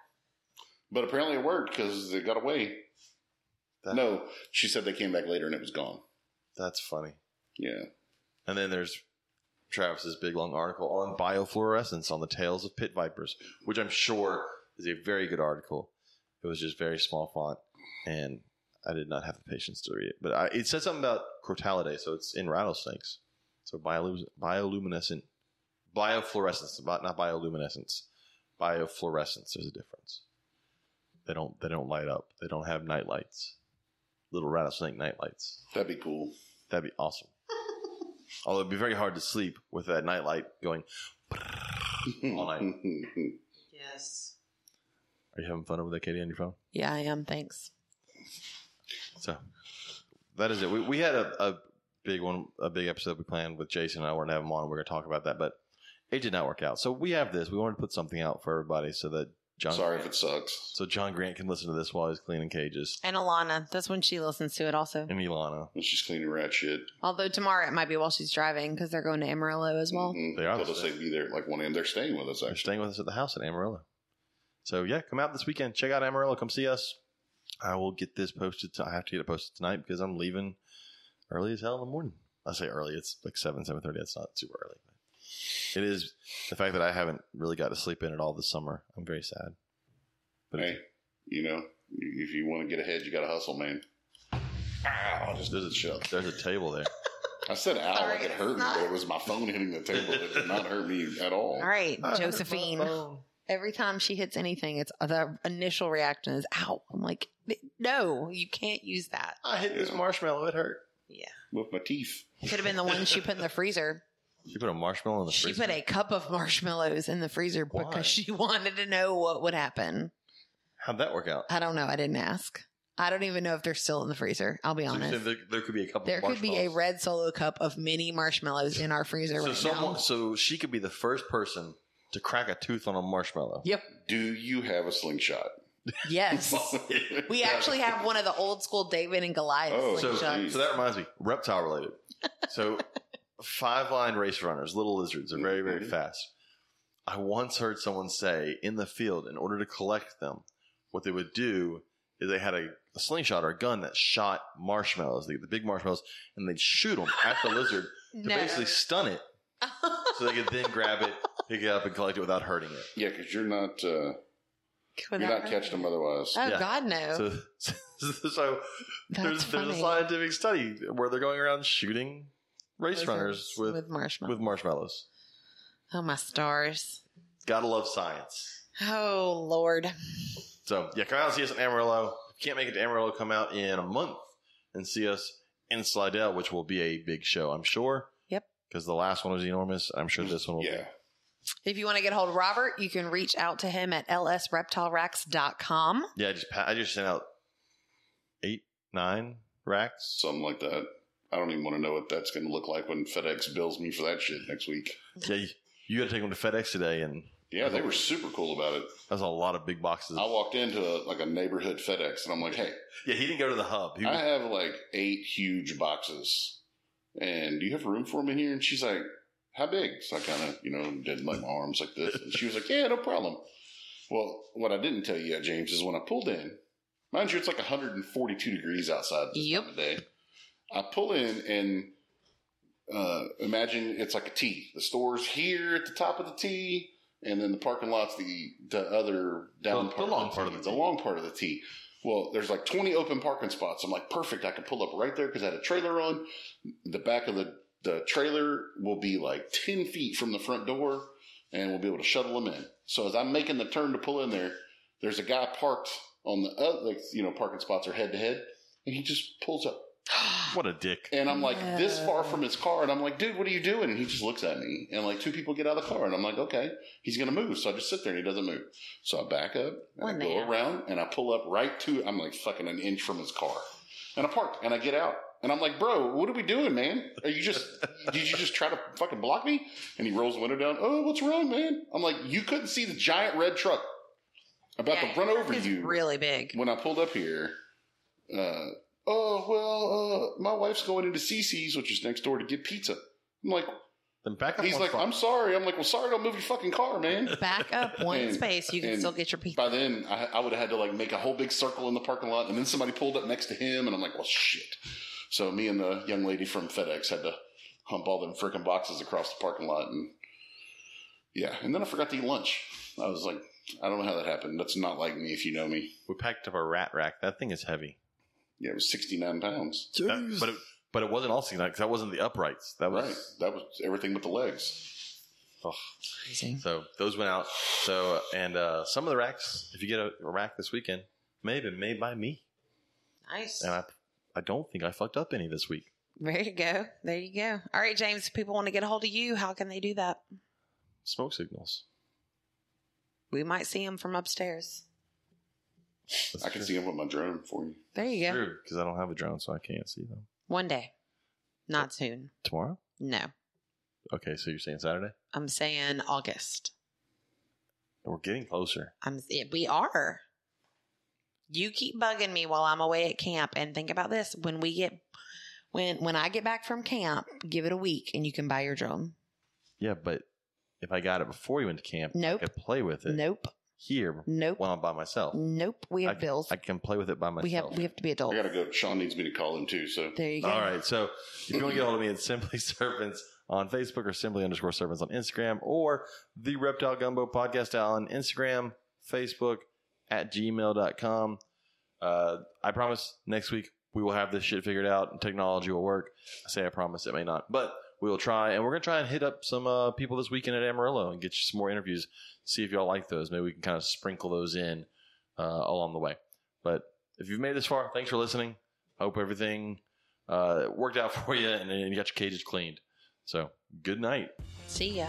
S3: But apparently it worked because it got away.
S1: That-
S3: No, she said they came back later and it was gone.
S1: That's funny.
S3: Yeah.
S1: And then there's Travis's big long article on biofluorescence on the tails of pit vipers, which I'm sure is a very good article. It was just very small font, and I did not have the patience to read it. But I, it said something about crotalidae, so it's in rattlesnakes. So biolu- bioluminescent, biofluorescence, but not bioluminescence, biofluorescence. There's a difference. They don't they don't light up. They don't have night lights. Little rattlesnake night lights.
S3: That'd be cool.
S1: That'd be awesome. Although it'd be very hard to sleep with that nightlight going. All
S3: *laughs*
S1: right.
S2: Yes.
S1: Are you having fun over there, Katie, on your phone?
S2: Yeah, I am. Thanks.
S1: So that is it. We, we had a, a big one, a big episode we planned with Jason. and I wanted to have him on. and We are going to talk about that, but it did not work out. So we have this. We wanted to put something out for everybody so that John
S3: Sorry if
S1: Grant.
S3: it sucks.
S1: So John Grant can listen to this while he's cleaning cages.
S2: And Alana, that's when she listens to it also.
S1: And Ilana.
S3: And she's cleaning rat shit.
S2: Although tomorrow it might be while she's driving because they're going to Amarillo as well.
S3: Mhm.
S1: They are
S3: Told us
S1: listening.
S3: they'd be there at, like one a.m. They're staying with us
S1: They're
S3: actually.
S1: staying with us at the house in Amarillo. So yeah, come out this weekend. Check out Amarillo. Come see us. I will get this posted. To, I have to get it posted tonight because I'm leaving early as hell in the morning. I say early. It's like seven, seven thirty. It's not super early. It is the fact that I haven't really got to sleep in at all this summer. I'm very sad. But
S3: Hey, you know, if you want to get ahead, you got to hustle, man. Ow! I Just
S1: there's
S3: did shut.
S1: a there's a table there.
S3: I said ow
S2: Sorry,
S3: like it
S2: it's
S3: hurt me,
S2: not.
S3: but it was my phone hitting the table. It did not hurt me at all.
S2: All right,
S1: I heard
S2: Josephine.
S1: my phone.
S2: Every time she hits anything, it's the initial reaction is ow. I'm like, no, you can't use that.
S1: *laughs* I hit this marshmallow. It hurt.
S3: With my teeth.
S2: Could have been the one she put in the
S1: *laughs*
S2: freezer.
S1: She put a marshmallow in Oh, the
S2: She
S1: freezer.
S2: put a cup of marshmallows in the freezer
S1: Why?
S2: because she *laughs* wanted to know what would happen.
S1: How'd that work out?
S2: I don't know. I didn't ask. I don't even know if they're still in the freezer. I'll be
S1: So you
S2: honest.
S1: said there, there could be a couple.
S2: there could be a
S1: marshmallows.
S2: red solo cup of mini marshmallows in our freezer
S1: So
S2: right
S1: someone,
S2: now.
S1: so she could be the first person to crack a tooth on a marshmallow.
S2: Yep.
S3: Do you have a slingshot?
S1: *laughs*
S3: *laughs*
S2: Yes.
S1: Oh,
S2: We actually have one of the old school David and Goliath
S3: Oh,
S1: So,
S2: slingshots.
S3: geez.
S1: so that reminds me, reptile related.
S2: *laughs*
S1: So, five line race runners, little lizards, are very, very
S3: Mhm.
S1: fast. I once heard someone say in the field, in order to collect them, what they would do is they had a, a slingshot or a gun that shot marshmallows. They get the big marshmallows and they'd shoot them at the lizard to
S2: No.
S1: basically
S2: *laughs*
S1: stun it so they could then grab it, pick it up, and collect it without hurting it.
S3: Yeah, because you're not uh, you're
S2: Without
S3: not
S2: her-
S3: catching them otherwise.
S2: Oh
S1: Yeah.
S2: God, no!
S1: So, *laughs* so
S2: That's
S1: there's, there's a
S2: funny.
S1: scientific study where they're going around shooting race
S2: Lizards
S1: runners with with,
S2: marshmallows.
S1: marshmallows.
S2: oh my stars!
S1: Gotta love science.
S2: Oh Lord!
S1: So yeah, come out and see us in Amarillo. If you can't make it to Amarillo, come out in a month and see us in Slidell, which will be a big show, I'm sure.
S2: Yep.
S1: Because the last one was enormous. I'm sure this one will
S3: Yeah.
S2: If you want to get a hold of Robert, you can reach out to him at lsreptileracks.com.
S1: be. Yeah, I just pa- I just sent out eight, nine
S3: *laughs*
S1: racks.
S3: Something like that. I don't even want to know what that's going to look like when FedEx bills me for that shit next week.
S1: Yeah, you, you got to take them to FedEx today, and
S3: Yeah, they were super cool about it.
S1: that's a lot of big boxes.
S3: I walked into a, like a neighborhood FedEx and I'm like, hey,
S1: yeah, he didn't go to the hub. He
S3: I
S1: was,
S3: have like eight huge boxes. And do you have room for them in here? And she's like, how big? So I kind of, you know, did like my arms like this. And she was like, yeah, no problem. Well, what I didn't tell you yet, James, is when I pulled in, mind you, it's like 142 degrees outside this
S2: Yep.
S3: time of day. I pull in and uh, imagine it's like a T. The store's here at the top of the T, and then the parking lot's the the other down
S1: Oh, The- the
S3: part, of
S1: long
S3: the
S1: part of
S3: T,
S1: the
S3: the
S1: T.
S3: long part of the T. Well, there's like 20 open parking spots. I'm like, perfect. I can pull up right there because I had a trailer on. The back of the the trailer will be like 10 feet from the front door, and we'll be able to shuttle them in. So as I'm making the turn to pull in there, there's a guy parked on the other, like you know, parking spots are head to head, and he just pulls up
S1: *sighs* what a dick.
S3: and I'm like this far
S2: No.
S3: from his car, and I'm like, dude, what are you doing? And he just looks at me, and like two people get out of the car, and I'm like, okay, he's gonna move. So I just sit there, and he doesn't move. So I back up, and
S2: One
S3: I go
S2: man.
S3: around, and I pull up right to. I'm like fucking an inch from his car, and I park, and I get out, and I'm like, bro, what are we doing, man? Are
S2: *laughs*
S3: you just did you just try to fucking block me? And he rolls the window down. Oh, what's wrong, man? I'm like, you couldn't see the giant red truck about
S2: Yeah,
S3: to run over
S2: It's
S3: you
S2: really big.
S3: when I pulled up here, uh, oh well, uh, my wife's going into CC's, which is next door, to get pizza. I'm like,
S1: Then back up.
S3: he's
S1: on
S3: like,
S1: front.
S3: I'm sorry. I'm like, well, sorry, don't move your fucking car, man.
S2: Back
S1: *laughs*
S2: up one
S3: And-
S2: space, you can
S3: and
S2: still get your pizza.
S3: By then, I, I would have had to like make a whole big circle in the parking lot, and then somebody pulled up next to him, and I'm like, well, shit. So me and the young lady from FedEx had to hump all them freaking boxes across the parking lot, and yeah, and then I forgot to eat lunch. I was like, I don't know how that happened. That's not like me, if you know me.
S1: We packed up a rat rack. That thing is heavy.
S3: Yeah, it was 69 pounds.
S1: That- but it, but it wasn't all seen because that wasn't the uprights. That was
S3: Right. That was everything but the legs.
S2: Amazing.
S1: so those went out. So and uh, some of the racks, if you get a, a rack this weekend, may have been made by me,
S2: Nice.
S1: and I I don't think I fucked up any this week.
S2: There you go. There you go. All right, James. If people want to get a hold of you, how can they do that?
S1: Smoke signals.
S2: We might see them from upstairs.
S1: That's
S3: I can see him with my drone for you.
S2: There you go.
S1: because I don't have a drone, so I can't see them
S2: One day. Not soon.
S1: tomorrow.
S2: No.
S1: Okay, so you're saying Saturday?
S2: I'm saying August.
S1: We're getting closer.
S2: I'm we are. You keep bugging me while I'm away at camp and think about this when we get when when I get back from camp, give it a week and you can buy your drum.
S1: Yeah, but if I got it before you went to camp,
S2: Nope.
S1: I could play with it
S2: Nope.
S1: here
S2: Nope.
S1: while I'm by myself.
S2: Nope. We have
S1: I,
S2: bills.
S1: I can play with it by myself.
S2: we have we have to be
S3: I
S2: adults.
S3: gotta go. Sean needs me to call him too. So
S2: There you go.
S1: All right. So if you want to get a hold of me, it's Simply *laughs* Servants on Facebook or Simply underscore Servants on Instagram or the Reptile Gumbo Podcast on Instagram, Facebook, at gmail.com. Uh, I promise next week we will have this shit figured out and technology will work. I say I promise it may not, but we will try. And we're going to try and hit up some uh, people this weekend at Amarillo and get you some more interviews. See if y'all like those. Maybe we can kind of sprinkle those in uh, along the way. But if you've made it this far, thanks for listening. Hope everything uh, it worked *laughs* out for you and, and you got your cages cleaned. So good night.
S2: See ya.